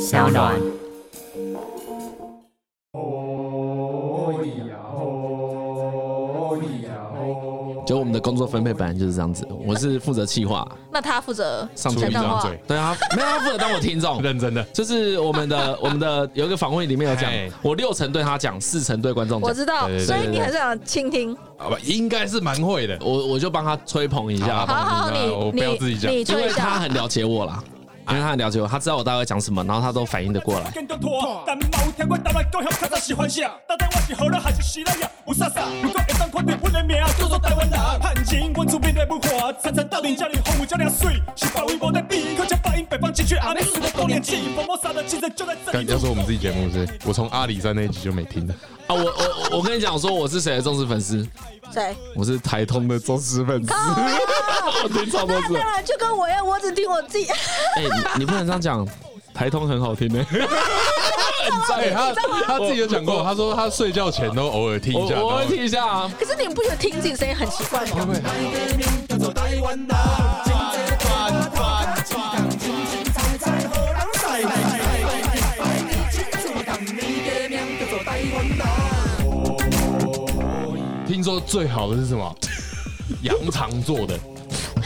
小暖。就我们的工作分配本来就是这样子，我是负责企划，那他负责上讲嘴大话上嘴，对啊，没有他负责当我听 众，认真的，就是我们的我们的有一个访问里面有讲哎，我六成对他讲，四成对观众我讲，知道，对对对所以你很想倾听。好吧，应该是蛮会的。我我就帮他吹捧一下好，好好好，那我你不要自你己讲你因吹为一他下。很了解我啦，因为他很了解我，他知道我大概会讲什么，然后他都反应得过来。更多拖，但嘛有听阮台湾教育较早是反啥？到底我是荷兰还是希腊呀？有啥啥？如果会当看到阮的名叫做台湾人，汉人，阮厝边的文化，层层斗阵，遮尔丰富，遮尔水，是别位无得比。可这八音北方进去，阿妹输得多年气，佛魔杀的精神就在这刚里。要说我们自己节目是，我从阿里山那一集就没听的。啊，我我我跟你讲，我说我是谁的忠实粉丝， 谁？我是台通的忠实粉丝，我哦听超 多次当。然就跟我一样，我只听我自己。 哎、你你不能这样讲，台通很好听的、哎，他他自己有讲过，他说他睡觉前都偶尔听我一下。我会然后听一下啊。可是你们不觉得听自己声音很奇怪 吗？听说最好的是 什么？羊肠做的，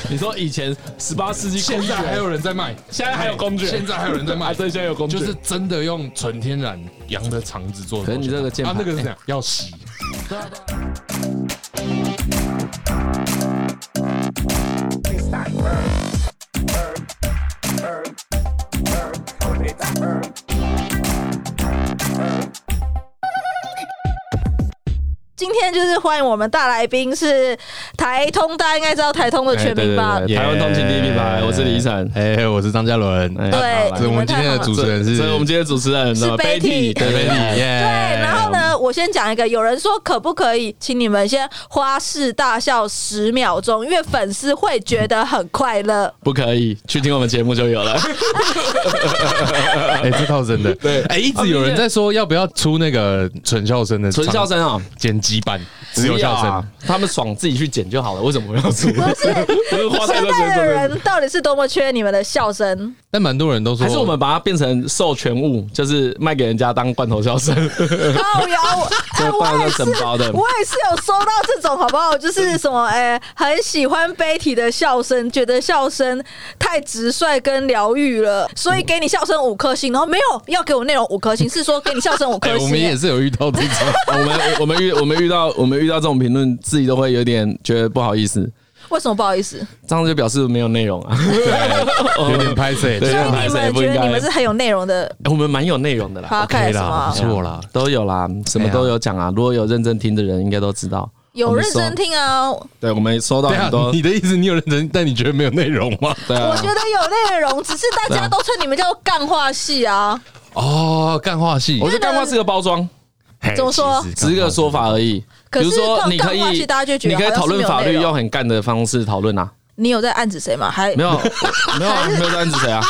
你说以前十八世纪现在还有人在卖，现在还有公爵现在还有人在卖，啊对现在有公爵就是真的用纯天然羊的肠子做的。可是你这个键啊盘，哎那个是这样，要洗。今天就是欢迎我们大来宾是台通，大家应该知道台通的全名吧？对台湾通勤第一品牌我是李依晨哎，我是张嘉伦，哎对好所来以我们今天的主持人是，所以我们今天的主持人是对 Betty 对 Betty，耶对，然后呢，我先讲一个，有人说可不可以请你们先花式大笑十秒钟，因为粉丝会觉得很快乐。不可以去听我们节目就 有了。哎，这套真的，对，哎，一直有人在说要不要出那个纯笑声的纯笑声啊，剪辑版，只有笑不要声啊。，他们爽自己去剪就好了，为什么我要出？不是，不是花太现多钱在做的这个人到底是多么缺你们的 笑声？但蛮多人都说，还是我们把它变成授权物，就是卖给人家当罐头笑 声。高瑶，我哎，这我放也在是整包的， 我也是有收到这种，好不好？就是什么，哎、很喜欢 Betty 的笑声，觉得笑声太直率跟疗愈了，所以给你笑声五颗星。然后没有要给我内容五颗星，是说给你笑声五颗哎，星、啊我们也是有遇到这种， 我们我们遇我们遇到我们遇到这种评论，自己都会有点觉得不好意思， 为什么不好意思？这样就表示没有内容啊。有点拍摄，对啊所以不好意思你们觉不应得该你们是很有内容的哎我们蛮有内容的啦， podcast 吗不？错啦。都有啦，什么都有讲啊。如果有认真听的人，应该都知道。有我们认收真，听啊，对我们收到对啊很多，，你的意思你有认真，但你觉得没有内容吗？对啊我觉得有内容，只是大家都称你们叫干话系啊。哦，干话戏我觉得干话是个包装，怎么说只是个说法而已。比可是如说，你可干话以系大家就觉得你可以好像讨论是没有法律，内容用很干的方式讨论啊。你有在暗指谁吗？还 没有，没有啊，没有在暗指谁 啊？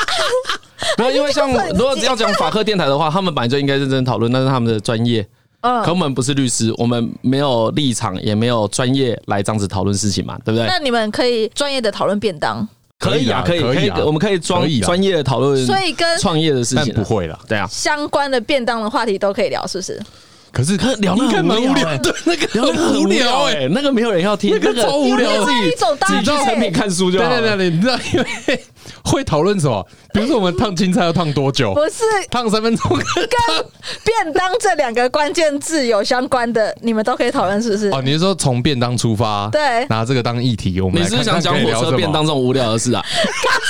没有，因为像如果要讲法科电台的话，他们本来就应该认真讨论，那是他们的专业。可我嗯，们不是律师，我们没有立场，也没有专业来这样子讨论事情嘛，对不对？ 那你们可以专业的讨论便当，可以啊，可可以，以可啊以可以，啊我们可以专可以啊专业的讨论，所以跟创业的事但情啊不，会啦。对啊。相关的便当的话题都可以聊，是不是？可是看聊那很无聊欸对那个那个很很无聊哎。欸，那个没有人要听，那个超无聊有另外一种搭自己配去成品看书就对好了。对对对，你知道因为会讨论什么？比如说我们烫青菜要烫多久？不是烫三分钟跟跟便当这两个关键字有相关的，你们都可以讨论，是不是？哦，你是说从便当出发，对拿这个当议题，我们你来是不是想看讲看可以火聊车什便么当这种无聊的 事啊？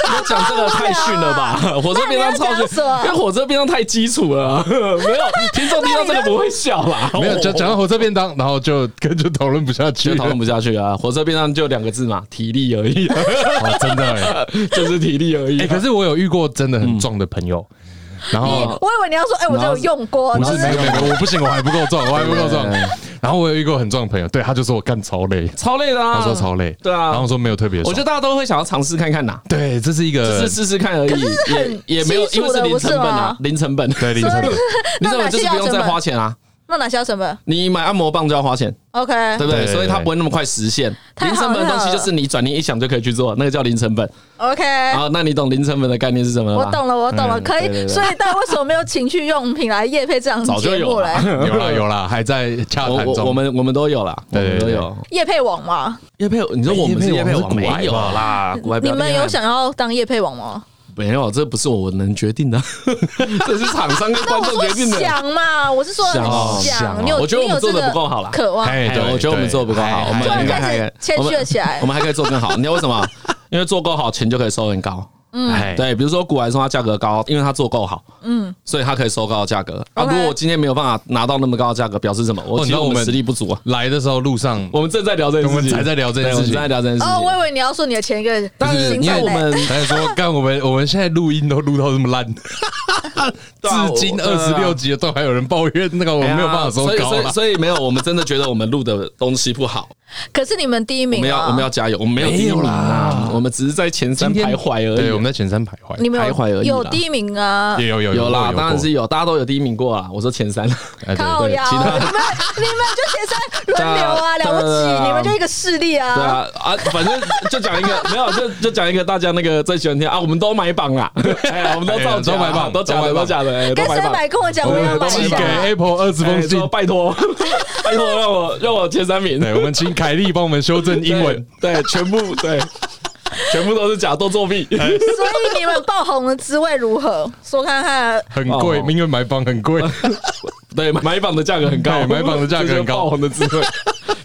我讲这个太逊了 吧？火车便当超逊，因为火车便当太基础了 啊。没有听众听到这个不会笑啦， 没有，讲讲到火车便当，然后就 跟就讨论不下去就了，讨论不下去啊。火车便当就两个字嘛，体力而已， 哦真的欸。就是体力而已哎，啊。可是我有遇过真的很壮的朋友，然你后我以为你要说，哎，我都有用过，不是就没有没有，没有我不行，我还不够壮，我还不够壮对对。然后我有一个很壮的朋友，对他就说我干超累，超累的啊，他说超累，对啊然后说没有特别爽，我觉得大家都会想要尝试看看呐，对，这是一只个是试试看而可已是，很也也没有，基因础为的是零成本啊不是吗，零成本，对零成本，零成本就是不用再花钱啊。那哪些要成本你买按摩棒就要花钱， ？OK，对不对？对对所以它不会那么快实现。哎太零好成本的东西了就是你转念一想就可以去做，那个叫零成本。 OK，好，那你懂零成本的概念是什么了我吧？懂了，我懂了，嗯可以。对对对所以，但为什么没有情趣用品来夜配这样早的就节有目了嘞？有啦有啦，还在洽我谈我中。我们我们都有啦，我对们对都对有。夜配网吗？叶佩，你说我们是叶佩网叶佩网没是有古玩吧啦？古玩比你较们厉害有想要当夜配网吗？没有？啊这不是我能决定的， 这是厂商跟那观我众说决定的。想嘛，我是说想哦想哦你有，我觉得我你有们做这的个不够好啦。渴望。哎哎，对，对我觉得我们做的不够好，哎我们突然应该开还始可以谦虚了起来我们我们还可以做更好。你知道为什么？因为做够好，钱就可以收很高。哎，对，比如说古玩说它价格高，因为它做够好，嗯，所以它可以收高的价格。啊， OK 如果我今天没有办法拿到那么高的价格，表示什么？我其哦实你知道我我们们实力不足啊。来的时候路上我们正在聊这件事我情，们才在聊这件对我们事情正在聊这件事情。哦，我以为你要说你的前一个但是行因为程我嘞们他就说：“干，我们我们现在录音都录到这么烂，对啊至今我二十对啊六集了，都还有人抱怨那个我哎呀没有办法收所以高啊所以了。所以没有，我们真的觉得我们录的东西不好，可是你们第一我名们要啊，我们要加油，我们没有没第一有名啊啦，我们只是在前三徘徊而已。啊对，我们在前三徘徊，你们徘徊而已有啦有第一名啊也。有有有啦，当然是有有，大家都有第一名过啦。我说前三，过。哎对靠对腰，其 你他们你们就前三轮流 啊，对了啊不对起，啊你们就一个势力对啊。啊啊，反正就讲一 个，没有就就讲一个大家那个最喜欢听啊，我们都买榜 啦，哎呀，我们都造假哎都买榜都假的，都买榜都假的，哎都跟谁买榜。买跟我讲，我要买一寄下给。Apple 二十哎封信说。拜托， 拜托让我让我前三名，对，我们请凯莉帮我们修正英文。 对，对全部对，全部都是假，都作 弊。哎所以你们爆红的滋味如何？说看看。很贵哦，因为买房 很贵。对，买榜的价格很高，对哎买榜的价格很 这就高是爆红的智慧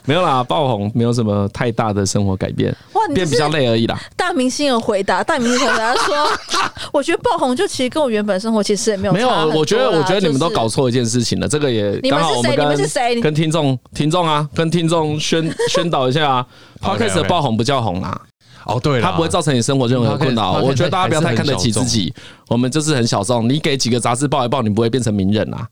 没有啦，爆红没有什么太大的生活改变，哇你这变是比较累而已啦。大明星有回答，大明星回答说：“ 我觉得爆红就其实跟我原本生活其实也没有没有差很多啦，我觉得，我觉得你们都就是搞错一件事情了。这个也你们是谁刚好我你们是谁跟跟听众听众啊，跟听众宣宣导一下 啊。 OK，OK Podcast 的爆红不叫红啦， 哦，对了，它不会造成你生活任何困扰。 Podcast- 我觉得大家不要太看得起还是自很己，我们就是很小众。你给几个杂志报一报，你不会变成名人啊。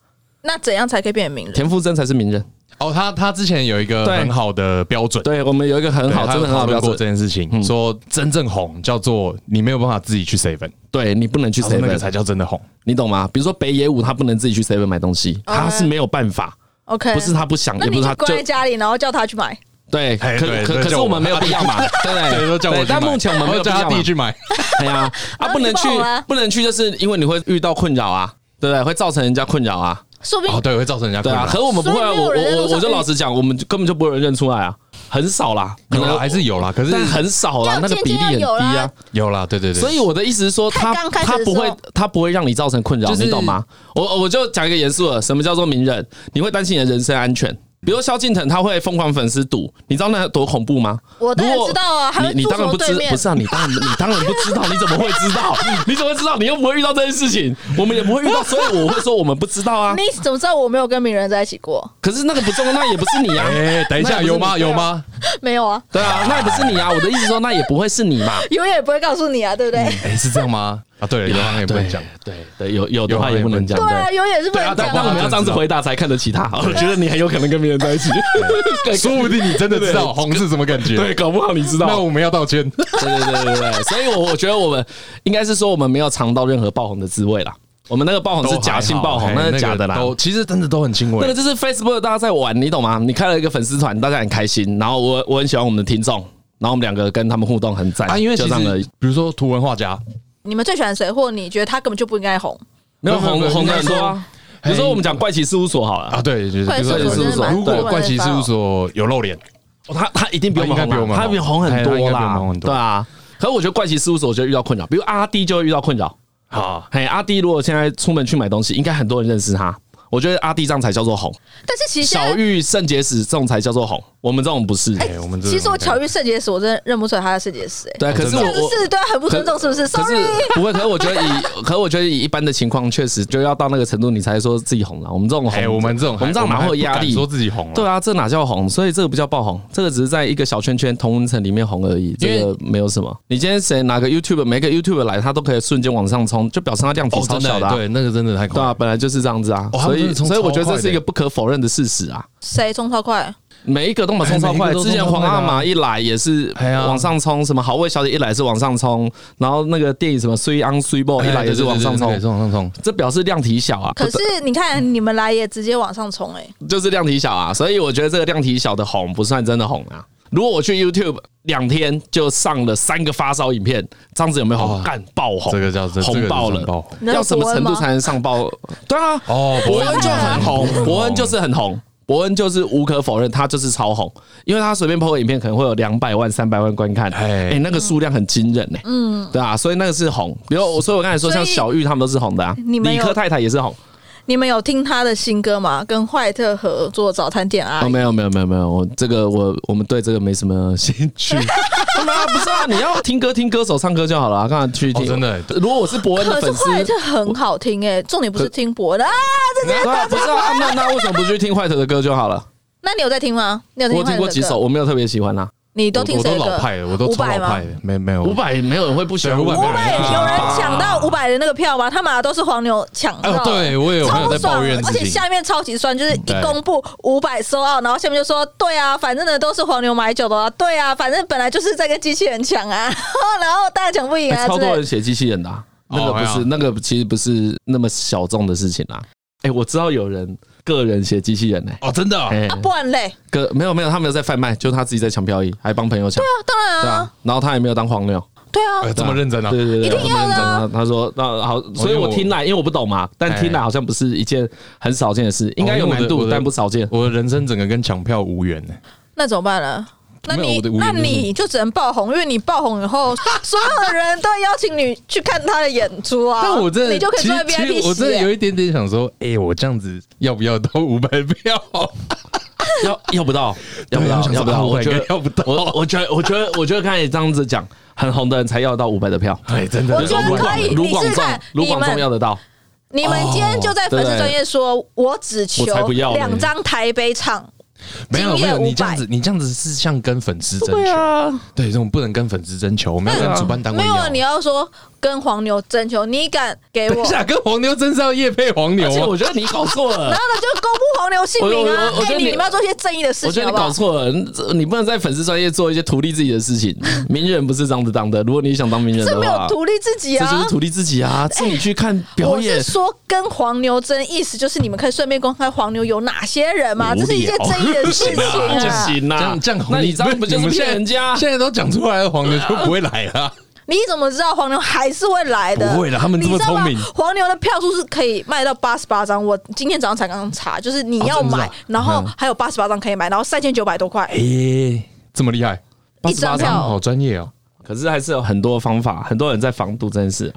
那怎样才可以变名人？田馥甄才是名人。哦，他他之前有一个对很好的标准，对我们有一个很对好，他真有的很好讨的标论过这准。嗯件事情，说真正红叫做你没有办法自己去 seven，对你不能去那个 seven，才叫真的红。你懂吗？比如说北野武，他不能自己去 seven 买东西，他是没有办法， OK，不是他不想，哦那也不你是就他关在家里，然后叫他去买。对，哎可对可对可是叫我我们没有必要嘛，对不对对，都叫我对去买。但目前我们没有必然后叫要他嘛弟去买，哎呀，啊，那不能去就不好啊，不能去，就是因为你会遇到困扰啊，对不对？会造成人家困扰啊，说不哦，定对，会造成人家对困啊。扰可。是我们不会啊，所以没我有我我人在路上我哎就老实讲，我们根本就不会有人认出来啊，很少啦，可有啊能啦，还是有啦，可是但很少啦，要那个比例渐渐很低要有啊啦。有啦，对对对。所以我的意思是说，看他刚开始他的不时会候，他不会让你造成困扰，就是你懂吗？我我就讲一个严肃的，什么叫做名人？你会担心你的人身安嗯全。比如说萧敬腾，他会疯狂粉丝赌，你知道那多恐怖吗？我当然如果知道啊还会你你住当然什么不知对，面不是啊，你当然你当然不知道，你怎么会知 道？你怎么会知道？你又不会遇到这件事情，我们也不会遇到，所以我会说我们不知道啊。你怎么知道我没有跟名人在一起过？可是那个不重要，那也不是你啊。 哎，等一那下，也不是有吗？你有吗？没有啊，对啊，那也不是你啊。我的意思说，那也不会是你啊嘛。永远不会告诉你啊，对不对？嗯哎，是这样吗？啊，对了，有行也不能讲。哎对对，有有的话也不能讲。对啊，永远是 不对啊，能但讲但的。我们要这样子回答才看得起他。我觉得你很有可能跟别人在一起， 对说不定你真的知道红是什么感觉。对，，搞不好你知那道。我们要道歉。对对对对对，所以我我觉得我们应该是说我们没有尝到任何爆红的滋味啦。我们那个爆红是假性爆红，都还好那是假的啦那。个都其实真的都很轻那微个。就是 Facebook 大家在玩，你懂吗？你开了一个粉丝团，大家很开心。然后我我很喜欢我们的听众，然后我们两个跟他们互动很赞啊，因为就其这样而实已。比如说图文画家，你们最喜欢谁，或你觉得他根本就不应该红？没有没有没红有红的应该很多啊。比如说我们讲怪奇事务所好了啊，啊，对，就是怪比事如务所说真的蛮如对果怪奇事务所有露脸，哦他他一定比我们他应该比红我们啊，红他比我们红很哎他应多该比我们啦红很，多对啊。可是我觉得怪奇事务所，我就遇到困扰，比如阿 D 就会遇到困扰。好，嘿，阿 D 如果现在出门去买东西，应该很多人认识他。我觉得阿 D 这样才叫做红，但是其实现在小玉圣结石这种才叫做红，我们这种不是。哎，我们这其实我巧巧遇圣洁时，我真的认不出来他的圣洁石。哎，对，可是真我的这样我子是对他很不尊重，是不是可是？Sorry，不会，可是我觉得以，可是我觉得以一般的情况，确实就要到那个程度，你才说自己红了。我们这种红，哎，我们这种我们这种哪会有压还不敢力？说自己红了，对啊，这哪叫红？所以这个不叫爆红，这个只是在一个小圈圈、同温层里面红而已，这因个没有什么。你今天谁哪个 YouTube，每个 YouTube 来，他都可以瞬间往上冲，就表示他量体哦，超真小的的、啊对，那个真的太恐对啊，怖。本来就是这样子啊，哦他所们以真以的冲所以我觉得超快这是一个的不可否认的事实啊。谁冲超快？每一个都把冲超哎每快，一个都之前冲超皇快的啊阿玛一来也是哎呀往上冲，什么好味小姐一来是往上冲，然后那个电影什么《Three on Three Ball》一来也是往上哎对对对对对对也是冲，往上冲。这表示量体小啊，可是你看你们来也直接往上冲哎、就是量体小啊，所以我觉得这个量体小的红不算真的红啊。如果我去 YouTube 两天就上了三个发烧影片，这样子有没有红？哦干、爆红，这个叫这这红个爆就了算爆红你知道要什么程度伯恩吗才能上爆？对啊，哦，伯恩就很红，伯恩就是很红，伯恩就是无可否认，他就是超红，因为他随便 PO 个影片可能会有两百万、三百万观看，哎哎、那个数量很惊人呢、嗯，对啊，所以那个是红，比如我，所以我刚才说所像以小玉他们都是红的啊，你们理有科太太也是红，你们有听他的新歌吗？跟坏特合作早餐店阿哦，姨，没有没有没有没有，我这个我我们对这个没什么兴 趣。那不是啊，你要听歌听歌手唱歌就好了、啊，干嘛去听？哦真的欸如果我是伯恩的可是粉丝，坏特很好听哎、重点不是听博的啊，这对啊，不是啊，那那为什么不去听坏头的歌就好了？那你有在听吗？你有听我坏听特过的几歌首，？我没有特别喜欢啊啦、你都听我谁都的歌？老派的，我都伍超佰老吗派？的，没没有五哦百没有人会不喜欢对500五没百啊人有人抢到五百的那个票吗？他妈的都是黄牛抢到的、哎对我也有朋友在抱怨超爽而自己且下面超级酸，就是一对公布五百收澳，然后下面就说对啊，反正呢都是黄牛买酒的啊，对啊，反正本来就是在跟机器人抢啊， 然后大家抢不赢啊，哎欸超之多类人的。写机器人的啊、哦那个不哎是、呀那个，其实不是那么小众的事情啦、哎、我知道有人个人写机器人呢、哦，真的哦欸，哎、啊，不然嘞，个没有没有，他没有在贩卖，就是他自己在抢漂移，还帮朋友抢，啊当然对啊啊，，然后他也没有当黄牛，对啊哎，这么认真啊？对对对，一定要的啊他他说那好，所以我哎听哦来，因为我不懂嘛，但听来好像不是一件很少见的事，应该有难因为我度，的但不少见。我的人生整个跟抢票无缘呢。那怎么办呢？那没有你我的无那言就是你就只能爆红，因为你爆红以 后，所有的人都邀请你去看他的演出啊。但我真的，你就可以其坐在实其 VIP 实席、我真的有一点点想说，哎，我这样子要不要都五百票？ 要要不 到，要不对我到，想说要不啊到，我我觉应得该要不到我我觉得我觉得我觉得看你这样子讲，很红的人才要得到五百的票。 哎，真的，我觉得卢可广啊以卢你广试试仲看，卢广你仲们要得到，你们今天就在粉丝专业说，我只求哦我才不要呢两张台北场，没有啊今没夜有，你500这样子，你这样子是像跟粉丝争对球，啊，对，这种不能跟粉丝争球，我们要跟主办单位没有要啊 你要说跟黄牛征求，你敢给等我一？下跟黄牛争是要夜配黄牛哎而且啊我觉得你搞错 了然。后呢，就公布黄牛姓名啊我我我！我觉哎，得你你们要做一些正义的事我觉情，得你搞好不好？错了，你这你不能在粉丝专业做一些图利自己的事情。名人不是这样子当的，如果你想当名人这的没有话，图利自己这啊！就是图利自己哎啊，自己去看表我演是。说跟黄牛争，意思就是你们可以顺便公开黄牛有哪些人嘛，无聊这是一件正义的事情不 啊！行这啦、样这样，那你这样不就是你们现骗在人家？现在都讲出来了，黄牛就不会来了。 你怎么知道黄牛还是会来的？不会啦他们这么你知道吗聪明黄牛的票数是可以卖到八十八张，我今天早上才刚刚查，就是你要哦真的买，啊嗯然后还有八十八张可以买，然后三千九百多块。诶，哎这么厉害，一张他们票好专业哦。可是还是有很多方法，很多人在防堵这件事。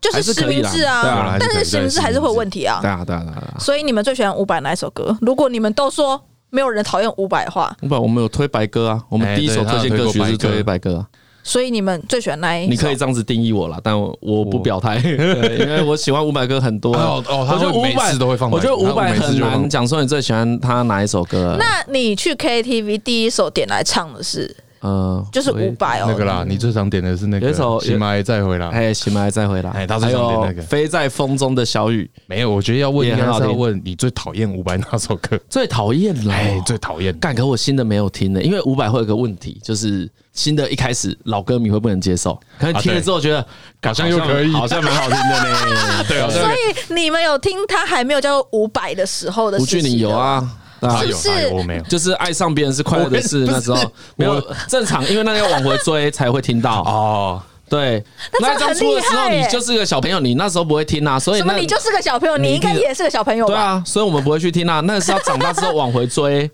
就是实名制还是可以啦对啊啊，但是实名制还是会有问题啊。对啊，对啊，对啊。所以你们最喜欢伍佰哪一首歌？如果你们都说没有人讨厌伍佰的话，不，我们有推白歌啊，我们哎第一首对他推有荐推歌过曲白是鸽推白歌啊。所以你们最喜欢哪一首？你可以这样子定义我啦，但我哎我不表 态，对因为我喜欢伍佰歌很多啊。哦哦他我觉得会伍每佰次都会放白我觉得伍他佰每次很就会难放讲说你最喜欢他哪一首歌啊。那你去 KTV 第一首点来唱的是呃，就是我也伍佰哦，那个啦，你最常点的是嗯那有个一首《起码再回来》。哎，醒来再回来，哎他还最常点有那个飞在风中的小雨，没有，我觉得要问，也应该很好是听要问你最讨厌伍佰哪首歌？最讨厌了。哎，最讨厌。干，可我新的没有听呢，因为伍佰会有个问题，就是新的一开始老歌迷会不能接受，可能啊听了对之后觉得好像又可以好像 蛮好听的呢。对啊，所以你们有听他还没有叫做伍佰的时候的吴事俊霖情有哦吗？啊，啊他是不有是他有，哎我没有。就是爱上别人是快乐的事，我那时候不是没有我正常，因为那要往回追才会听到。哦，对，那那一真的张出的时候很厉害耶你就是个小朋友，你那时候不会听啊，所以什么？那你就是个小朋友，你你应该一定也是个小朋友对吧？啊，所以我们不会去听啊，那个是要长大之后往回 追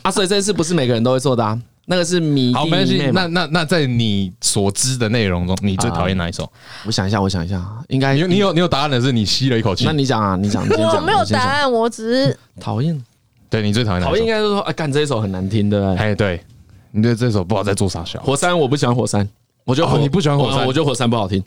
啊，所以这件事不是每个人都会做的啊，那个是迷好，弟没关系妹。嘛那那那在你所知的内容中，你最讨厌哪一首？我想一下，我想一下，应该你有你有你有答案的是你吸了一口气那，你讲啊，你讲，你先 我讲，没有你先答讲。案，我只是讨厌，对你最讨厌哪讨厌一应首？该是说，啊，干这一首很难听，对不对？哎，对，你对这首不好在做傻笑。火山我不喜欢火山，我觉得哦火你不喜欢火山我我觉得火山不好听。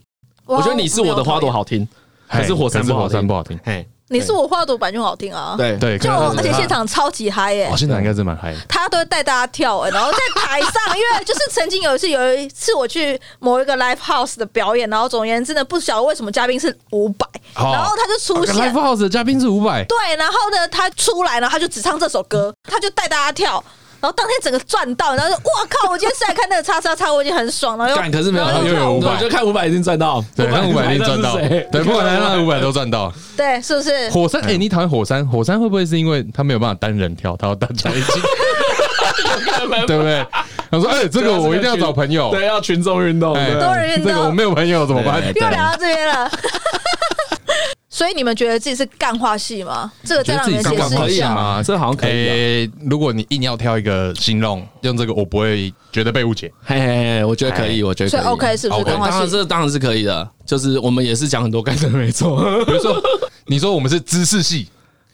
我觉得你是我的花朵，好听，可嘿是火山哎可是不好火山听不。好听。嘿，你是我画的版就很好听啊，对对，就看到他而是且他现场超级嗨耶、哦，现场应该是蛮嗨的。他都会带大家跳、欸，然后在台上， 因为就是曾经有一次，有一次我去某一个 live house 的表演，然后总而言之呢，不晓得为什么嘉宾是五百、哦然后他就出现， Live House 的嘉宾是五百，对，然后呢，他出来，然后他就只唱这首歌，他就带大家跳。然后当天整个赚到，然后就哇靠！我今天是来看那个叉叉叉，我已经很爽了。又干可是没有，然后又又有我就看五百已经赚到，对，那五百一定赚到，是谁对，不管他 那五百都赚到。对，是不是？火山，哎，你讨厌火山？火山会不会是因为他没有办法单人跳，他要大家一起，对不对？他说，啊哎，这个我一定要找朋友，对，要群众运动，哎，对多人运动这个我没有朋友怎么办？对又聊到这边了。 所以你们觉得自己是干话系吗？这个再让你们觉解得自己是干话释一系下。吗这好像可以啊。诶，哎如果你硬要挑一个形容，用这个我不会觉得被误解。嘿嘿嘿，我觉得可以，我觉得可所以 OK 是不是对干当话然系？哎这当然是可以的，就是我们也是讲很多干的，没错， 比如说，你说我们是知识系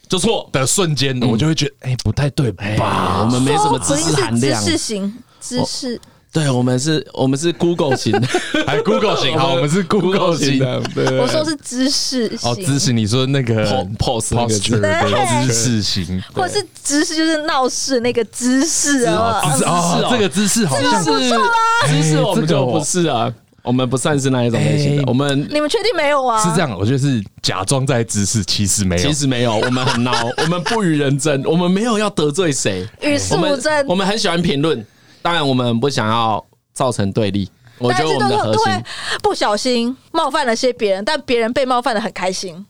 就错。的瞬间，我就会觉得，哎，不太对吧？我们没什么知识说不含一定量是知，识型知识。对我们是，我们是 Google 型 的，还 Google 型，好，我们是 Google 型的，对我说是知识型，哦，姿势，你说那个 pose 那个字 posture 对对姿势型，或者是知识就是闹事那个姿势啊。姿势姿势哦哦，这个姿势好像知识知识我们就不是啊，我们不算是那一种类型的哎，我们你们确定没有啊？是这样，我觉得是假装在姿势，其实没有其。实没有，我们很 孬，我们不与人争，我们没有要得罪谁，与世我无们争。我们很喜欢评论，当然我们不想要造成对立。我觉但得是我们的都核都心会不小心冒犯了些别人，但别人被冒犯的很开心。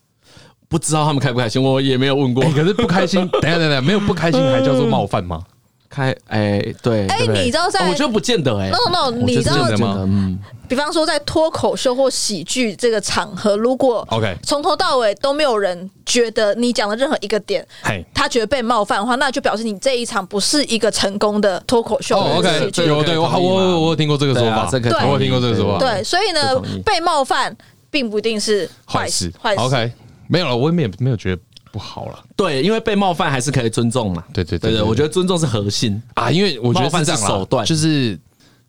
不知道他们开不开心，我也没有问过哎。可是不开心，等一下等一下，没有不开心还叫做嗯冒犯吗？开哎，对，哎、对不对你知道在我觉得不见得哎 no no，no，我你就知是道这，样的吗？嗯，比方说在脱口秀或喜剧这个场合，如果 OK 从头到尾都没有人觉得你讲的任何一个点，嘿，他觉得被冒犯的话，那就表示你这一场不是一个成功的脱口秀哦或者是，OK，喜剧。有对我好我我我有听过这个说对法啊，这个对我有听过这个说法，对，所以呢不同意，被冒犯并不一定是坏坏事事，坏事。 ，OK，没有了，我也没有没有觉得不好了对，因为被冒犯还是可以尊重嘛。对对对对对对我觉得尊重是核心。啊，因为我觉得冒犯这是样啦手段就是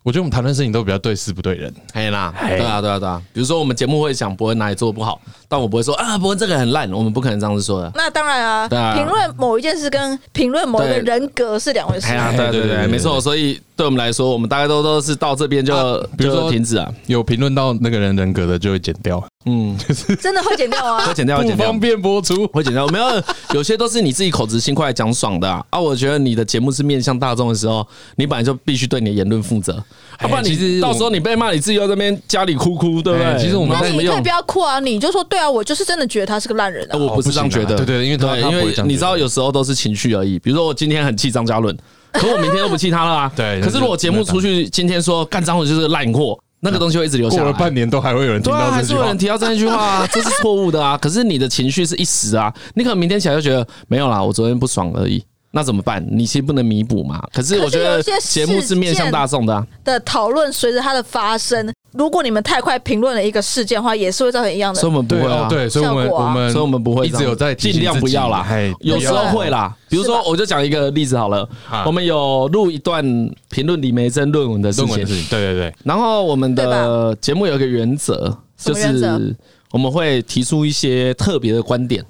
我觉得我们谈论事情都比较对事不对人，可以啦，对啊，对啊，对啊。比如说，我们节目会讲博文哪里做的不好，但我不会说啊，博文这个很烂，我们不可能这样子说的。那当然啊，对啊评论某一件事跟评论某一对个人格是两回事哎。呀，对对哎对对对对，对没错。所以对我们来说，我们大概都都是到这边就比如说呃就停止啊。有评论到那个人人格的就会剪掉，嗯，真的会剪掉 啊会？剪掉，会不剪掉方。便播出。会剪掉，没有，有些都是你自己口直心快讲爽的啊啊我觉得你的节目是面向大众的时候，你本来就必须对你的言论负责，要不然哎其实你我到时候你被骂，你自己又在那边家里哭哭，对不哎对？其实我们那那有什你么可以用不？要哭啊，你就说对啊，我就是真的觉得他是个烂人啊呃。我不是这样觉得，哦不行啊对对因为他对，他不因会为这样觉得你知道，有时候都是情绪而已。比如说，我今天很气张嘉 伦，可我明天又不气他了啊。对可是如果节目出去，今天说干张伦就是个烂货，那个东西会一直留过下了来半。年都还会有人听对啊，到还是这句有话人。提到这一句话 啊，这是错误的啊。可是你的情绪是一时啊，你可能明天起来就觉得没有啦，我昨天不爽而已。那怎么办？你其实不能弥补嘛。可是我觉得可是有些节目是面向大众的啊，的讨论随着它的发生，如果你们太快评论了一个事件的话，也是会造成一样的所以。我们不对会哦啊，，对，所以我们效果我啊们所以我们不会一这直样有在提醒尽量嗯自己不要啦嘿，有时候会啦。比如说，我就讲一个例子好了啊，我们有录一段评论李梅珍论文的事论文情的事，情，对对然后我们对的节目有一个原则，什就么原则是我们会提出一些特别的观点。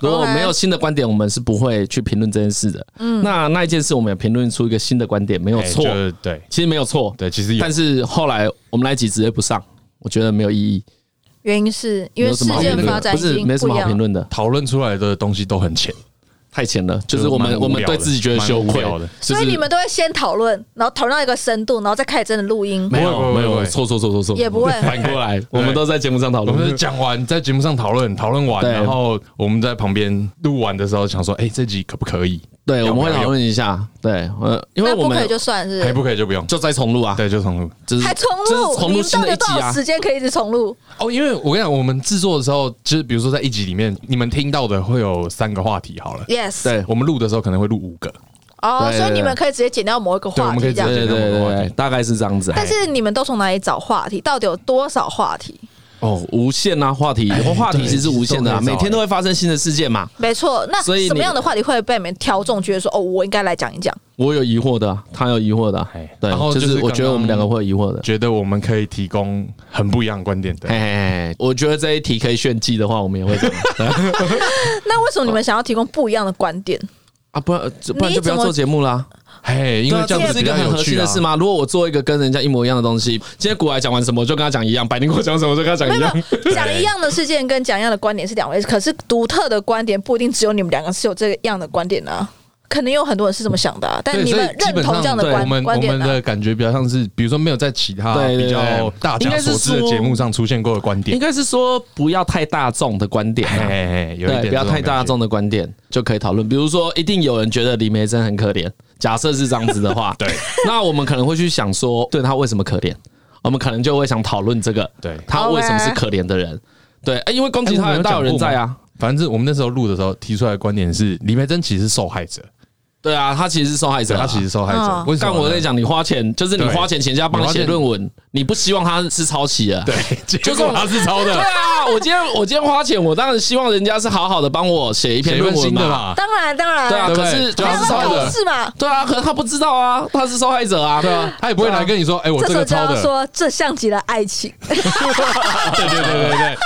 如果 OK 没有新的观点，我们是不会去评论这件事的。嗯，那那一件事，我们也评论出一个新的观点，没有对，错，哎就是对其实没有错，对，其实有但是后来我们那一集直接不上，我觉得没有意义，原因是没因为有什事么好件评论的，发展不已是经没什不么一好评样了。论的，讨论出来的东西都很浅，太浅了，就是我蛮们无我们聊对的自己觉得蛮羞无愧聊的，就是所以你们都会先讨论，然后讨论到一个深度，然后再开始真的录音，没不会有不会没不有会错错错错错，也不会 反过来，我们都在节目上讨我论，们是讲完在节目上讨论，讨论完，对然后我们在旁边录完的时候想说，哎，这集可不可以？对，要我不们会要讨论一下，对，呃，因为那我不可们以就算是不还是不可以就不用，就再重录啊，对，就重录。就是还重就是录，重你录们新到的底一多集少啊。时间可以一直重录？哦，因为我跟你讲，我们制作的时候，就是比如说在一集里面，你们听到的会有三个话题，好了， Yes，对我们录的时候可能会录五个，哦，对对所以你对们可以直接剪掉某一个对我话们可题以这样直。接对对对对，大概是这样子。但是你们都从哪里找话题？到底有多少话题？哦，无限啊，话题哎话题其实是无限的、啊，对每天都会发生新的事件嘛。没错，那所以你什么样的话题会被你们挑中，觉得说哦，我应该来讲一讲？我有疑惑的啊，他有疑惑的啊哎，对然，后就就是是刚我刚觉得我们两个会有疑惑的。觉得我们可以提供很不一样的观点的哎，。哎哎我觉得这一题可以炫技的话，我们也会这样对那为什么你们想要提供不一样的观点？ 啊，不然呃不然就不要你怎么做节目啦。哎，因对为啊这样不子是一比个较很核有心趣的啊。事吗？如果我做一个跟人家一模一样的东西，今天古来讲完什么，我就跟他讲一样；百灵果讲什么，我就跟他讲没一有样。没有，讲一样的事件跟讲一样的观点是两回事，可是独特的观点不一定只有你们两个是有这样的观点啊，可能有很多人是这么想的、啊，但对，你所以们基认本同上这样的对我观们观我点啊们呢、的感觉比较像是，比如说没有在其他对对比较大应家该是所知的说节目上出现过的观应点。该是说不要太大众的观点啊、哎哎，哎有一点对，不要这种太大感觉众的观点就可以讨论。比如说，一定有人觉得李梅珍很可怜，假设是这样子的话， 对，那我们可能会去想说，对她为什么可怜？我们可能就会想讨论这个，对她为什么是可怜的人？对，哎，因为攻击她的人大有人在啊。反哎正我们那时候录的时候提出来的观点是，李梅珍其实是受害者，对啊，她其实是受害者对，啊，她其实是受害者嗯。为什但么呢？我在讲，你花钱就是你对花钱请人家帮你你花写钱论文，你不希望他是抄袭的。对，就就是是他是抄对的，啊，我今天我今天花钱，我当然希望人家是好好的帮我写一篇写论论文新的嘛。吧？当然当然，对啊，对不可对是对啊他那是是抄抄那的的都。是嘛。对啊，可是他不知道啊，他是受害者啊。对啊，他也不会来跟你说，哎，我这时这候个就抄要的。说，这像极了爱情。 对对对对对，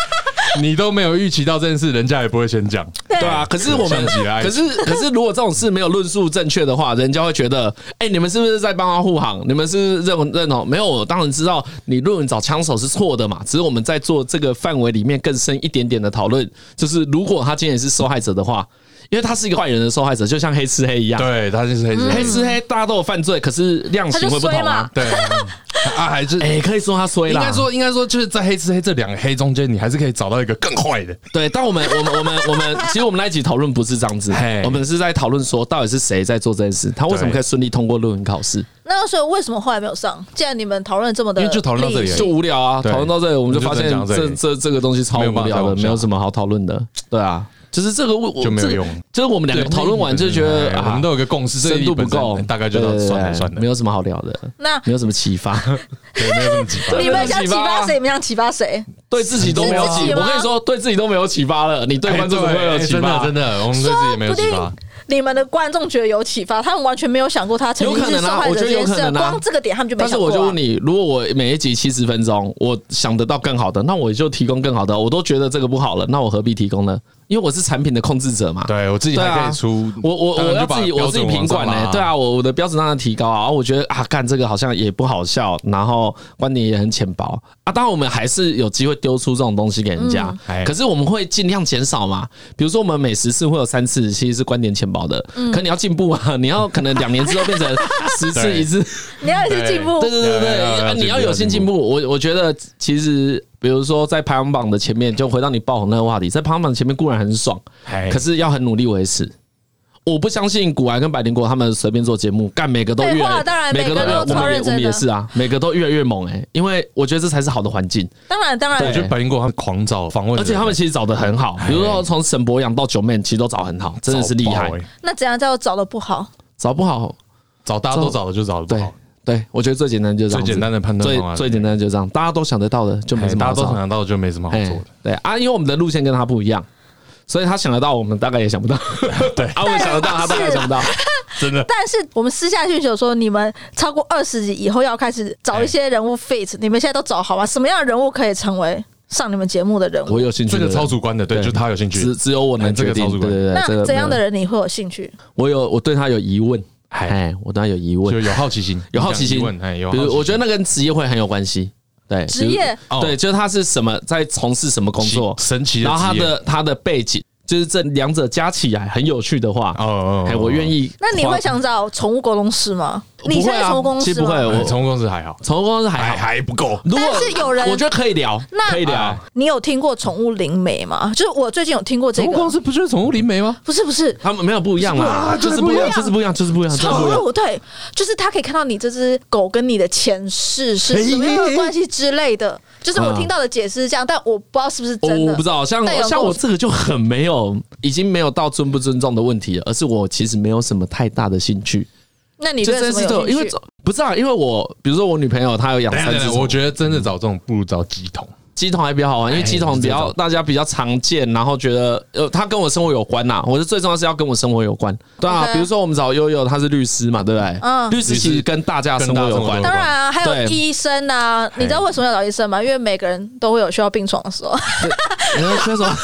你都没有预期到这件事，人家也不会先讲。对对啊，可是我们像极了爱可情是可是如果这种事没有论述正确的话，人家会觉得，哎，你们是不是在帮他护航？你们是不是认认同？没有，我当然知道你论文找枪手是错的嘛，只是我们在做这个范围里面更深一点点的讨论，就是如果他今天也是受害者的话，因为他是一个坏人的受害者，就像黑吃黑一样，对，他就是黑黑人，吃黑大家都有犯罪，可是量刑会不同啊。对啊，还是哎，可以说他衰应啦，该说，应该说，就是在黑吃黑这两个黑中间，你还是可以找到一个更坏的。对，但我们我们我们我们，其实我们那一集讨论不是这样子嘿，我们是在讨论说到底是谁在做这件事，他为什么可以顺利通过论文考试，那所以为什么后来没有上？既然你们讨论这么的理因性，为就讨论到这里而已就无聊啊。对讨论到这里，我们就发现我们就只能讲到这这里这这个东西超无没有办聊法的，没再有往下嗯什么好讨论的，对啊，就是这个我我就没有这用就是我们两个讨论完就觉得哎啊我们都有个共识，这深一度不本身够，大概就到对对对算了对算了，没有什么好聊的，那没有什么启发，对，没有这么几你们想启启发啊发谁？你们想启发谁？对自己都没有自己启，吗我跟你说，对自己都没有启发了，你对观众怎么会有哎启真的发？真的，我们对自己也没有启发。啊你们的观众觉得有启发，他们完全没有想过他曾经是受害者这有件可能啊我觉事得有可，能啊光这个点他们就没但是想过啊。我就问你，如果我每一集七十分钟，我想得到更好的，那我就提供更好的。我都觉得这个不好了，那我何必提供呢？因为我是产品的控制者嘛。对我自己对还啊可以出，我我当我然就要把自己我自己标准品往上管呢、拉对啊，我我的标准让它提高啊，然后我觉得啊，干这个好像也不好笑，然后观点也很浅薄啊。当然，我们还是有机会丢出这种东西给人家，哎可是我们会尽量减少嘛。比如说，我们每十次会有三次其实是观点浅薄的，可你要进步啊，你要可能两年之后变成十次对一次。你要有些进步对，对对对要要对啊，要进步你要有新要进进步。步我我觉得其实，比如说在排行榜的前面，就回到你爆红那个话题，在排行榜前面固然很爽，哎可是要很努力维持。我不相信古玩跟百灵果他们随便做节目，干每个都越废话当然每个每个我都超们也认我真的们也是啊，每个都越来越猛哎、因为我觉得这才是好的环境，当然当然我觉得白灵果他们狂找访问人，而且他们其实找的很好，哎比如说从沈博洋到九妹，其实都找很好，真的是厉害找爆，哎那怎样叫做找的不好？找不好找大家都找的就找的不对好，对，我觉得最简单就是这样子最简单的判断最方法最简单的就是这样，大家都想得到的就没哎什么大好家都找想得到就没什么好哎，做的。对啊，因为我们的路线跟他不一样，所以他想得到，我们大概也想 不到。对，啊，我们想得到，他大概也想不到。真的，但是我们私下讯息说，你们超过二十集以后要开始找一些人物 fit，你们现在都找好吗？什么样的人物可以成为上你们节目的人物我？有兴趣这的人，个超主观的，对，对就是他有兴趣只，只有我能哎这决个定。超主对观对对，这那个怎样没的有？人你会有兴趣？我有，我对他有疑问，哎哎，我对他有疑就问，有好奇心，有好奇心有疑问哎，有好比奇心。如我觉得那跟职业会很有关系。对，职业就是对，就是他是什么在从事什么工作，奇神奇的然后他职业的他的背景，就是这两者加起来很有趣的话，哦哦哦哎，我愿意花。那你会想找宠物沟通师吗？不你现会在是啊宠物沟通其师实不会，吗？哎我宠物公司还好，宠物公司还还好。还不够，如果但是有人我觉得可以聊，那可以聊哎。你有听过宠物灵媒吗？就是我最近有听过这个，司不就是宠物灵媒吗？不是不是他们没有不一样啦，啊就就是是不不一一样，样就是不一样，就是不一样，就是不一宠样。物，对，就是他可以看到你这只狗跟你的前世是什么样的关系之类的。就是我听到的解释是这样，但我不知道是不是真的。哦我不知道，像但有像够我这个就很没有，已经没有到尊不尊重的问题了，而是我其实没有什么太大的兴趣。那你就对真什么是有对，因兴为趣？不是啊，因为我比如说我女朋友她有养等一下三等一只下，宠物，我觉得真的找这种不如找鸡桶，鸡同还比较好玩，因为哎鸡同比这较种大家比较常见，然后觉得呃，它跟我生活有关呐。我是最重要是要跟我生活有关，对啊。 OK 比如说我们找悠悠，他是律师嘛，对不对？嗯律师其实跟大家的生活有关跟当大家生活有。关然啊，还对有医生啊，你知道为什么要找医生吗？因为每个人都会有需要病床的时候。你哎说缺什 么？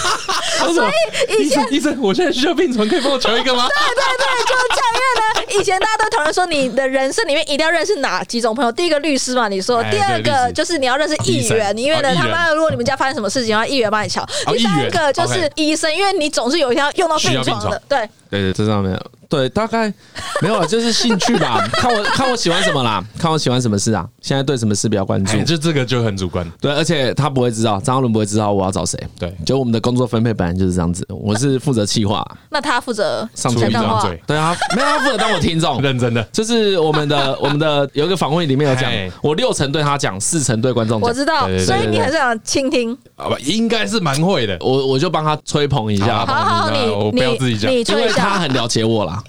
所以医生医生，我现在需要病床，可以帮我调 一个吗？对对对，就是这样。因为呢，以前大家都讨论说，你的人生里面一定要认识哪几种朋友？第一个律师嘛，你说；哎第二对律个师就是你要认识议员，医生因为哦呢，议他员妈的，如果你们家发生什么事情，然后议员帮你瞧；哦第三个议员就是医生，因为你总是有一天要用到需病要床病的床。对，对对，这上面对，大概没有啊，就是兴趣 吧。看我看我喜欢什么啦，看我喜欢什么事啊。现在对什么事比较关注哎，？就这个就很主观。对，而且他不会知道，张嘉伦不会知道我要找谁。对就我们的工作分配本来就是这样子，我是负责企划，那他负责上出前一讲段干张话。嘴，对啊，没有他负责当我听 众。认真的。就是我们 的我们的有一个访问里面有讲哎，我六成对他讲，四成对观众我讲，知道对，对对所以你对还是想倾听。好吧，应该是蛮会的。我我就帮他吹捧一下好好好好，你你我不要自己你讲你因吹为一他下。很了解我 啦，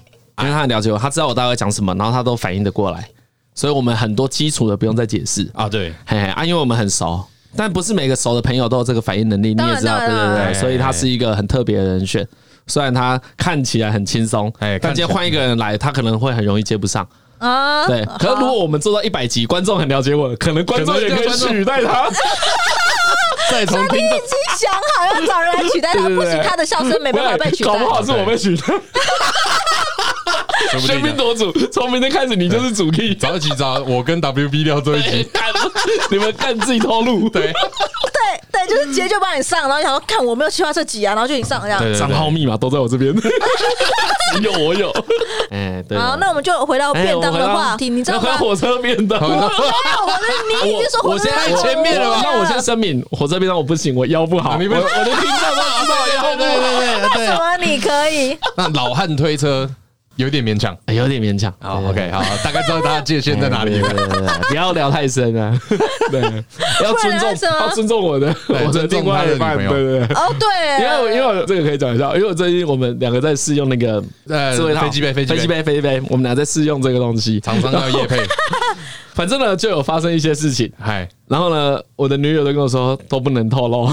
因为他很了解我，他知道我大概讲什么，然后他都反应得过来，所以我们很多基础的不用再解释啊，对，嘿嘿啊，因为我们很熟，但不是每个熟的朋友都有这个反应能力，你当也然知道，对当对然当对，然所以他是一个很特别的人选。虽然他看起来很轻松，哎但看今起来天换一个人来，他可能会很容易接不上。啊 对，可是如果我们做到一百集，观众很了解我，可能观众也可以取 代他。再从听已经想好要找人来取代他，对对不对行，他的笑声没办法被取代搞。不好是我被取代。众，说喧宾不定啊夺主，从明天开始你就是主力。哎找一集找我跟 WB 聊这一集，干你们干自己偷录，对，对对，就是直接就帮你上，然后你想说看我没有计划这集啊，然后就你上这样。对账号密码都在我这边，只有我有。哎，对。哎好，那我们就回到便当的话题，你知道吗？火车便当。好啊我的你已经说火我车先站在前面了啊吧那我先声明，火车便当我不行，我腰不好。啊你不我我的听 众都知道腰对对不好对对什对，么你可以？那老汉推车有点勉强。哎，有点勉强。好对，OK，好，大概知道他界限在哪 里对了。对对对不要聊太深啊！对， 要尊不然要什重，么要尊重我的对我的另外一半，尊重他的对女朋友对对。哦，对，因为我因为我这个可以讲一下，因为我最近我们两个在试用那个呃智慧套飞机杯飞机杯飞机杯飞机杯，我们俩在试用这个东西。厂商要夜 配，反正呢，就有发生一些事情，嗨，然后呢，我的女友都跟我说都不能透露。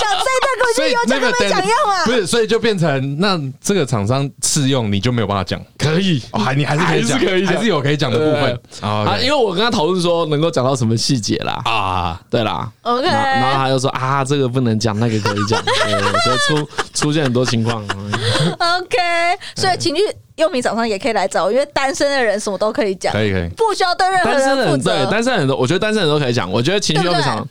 讲这一段根本就所以有那讲个都没讲用啊不。是，所以就变成那这个厂商试用你就没有办法讲， 可以哦还你还是可以讲，还是可以讲还是有可以讲的部分哦啊，因为我跟他讨论说能够讲到什么细节啦，啊，对啦。 OK，然后然后他就说啊，这个不能讲，那个可以讲，对，所以出出现很多情况。 OK，所以情趣用品厂商也可以来找我，因为单身的人什么都可以讲，可以可以，不需要对任何单身负人对责。单身人都，我觉得单身人都可以讲，我觉得情绪对又不不对常。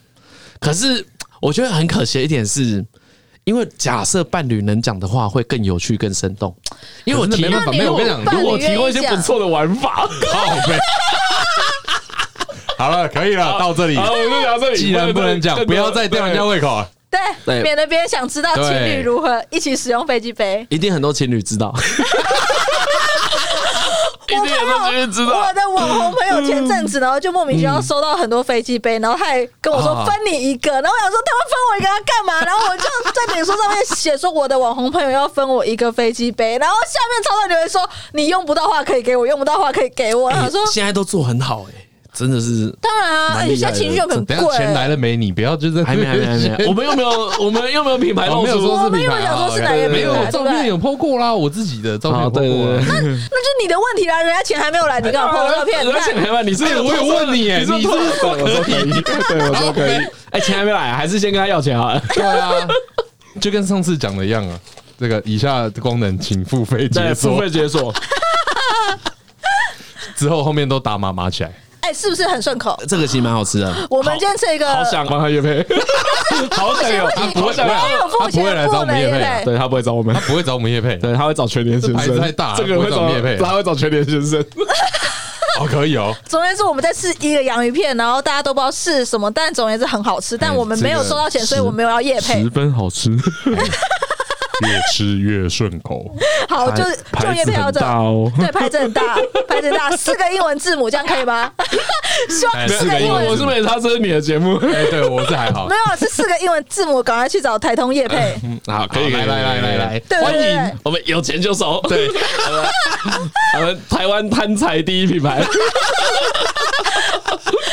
可是我觉得很可惜的一点是，因为假设伴侣能讲的话，会更有趣、更生动。因为我可是提那没办法，那没你有我跟你如讲果，如果我提供一些不错的玩 法，好呗。好了，可以了，到这里。好，我们就聊到这里。既然不能讲，不要再吊人家对。胃口啊了。对，对免得别人想知道情侣对如何一起使用飞机杯。一定很多情侣知 道，一定很多情侣知道我。的网红朋友前阵子，然后就莫名其妙收到很多飞机杯，然后他还跟我说啊分你一个，然后我想说他会分我一个要干嘛？然后我就在脸书上面写说我的网红朋友要分我一个飞机杯，然后下面超多留言说你用不到的话可以给我，用不到的话可以给我。然后我说哎现在都做很好哎、真的是当然啊，蛮有厉害些的情绪用品很等一下贵，啊钱来了没？你不要就在还没还没还没，我们又没有我们哦又没有品牌我露哦没有出，说是品牌，哦我们又没有想说是哪个品牌没对有不对照片有 PO 过啦，我自己的照片啊有对 PO 过对啦。对。那就你的问题啦，人家钱还没有来，你干哎嘛破照片？你而且看还你是哎我有问你耶你是不是我说可 以，对，我说可以。哎，钱还没来，还是先跟他要钱好了。对啊，就跟上次讲的一样啊。这个以下功能请付费对，解付锁费，解锁，之后后面都打麻麻起来。哎，是不是很顺口？这个其实蛮好吃的，我们今天吃一个，好想帮他约 配，好想有，他不会他想没要，有付他不会来钱找付我们呢，业配啊对。对他不会找我们他。不会找我们叶配，对，他会找全年先这牌生，子太大了这个人会不会找业配他会找全年先生。 哦，可以哦，总而言之，我们在吃一个洋芋片，然后大家都不知道是什么，但总而言之很好哎吃。但我们没有收到钱，所以我没有要夜配。分好吃，越吃越顺口。好，就是就夜配到这。哦。对，牌子很大， 牌子很大，四个英文字母，这样可以 吗？希望哎四四个个英英文文我我是是没没他，这是你的节目。哎，对我是还好没，有是四个英文字母，赶快去找台通夜 配。好，可以，可好以来来来来来对欢对对迎我们有钱就收，对，我们台湾贪财第一品牌，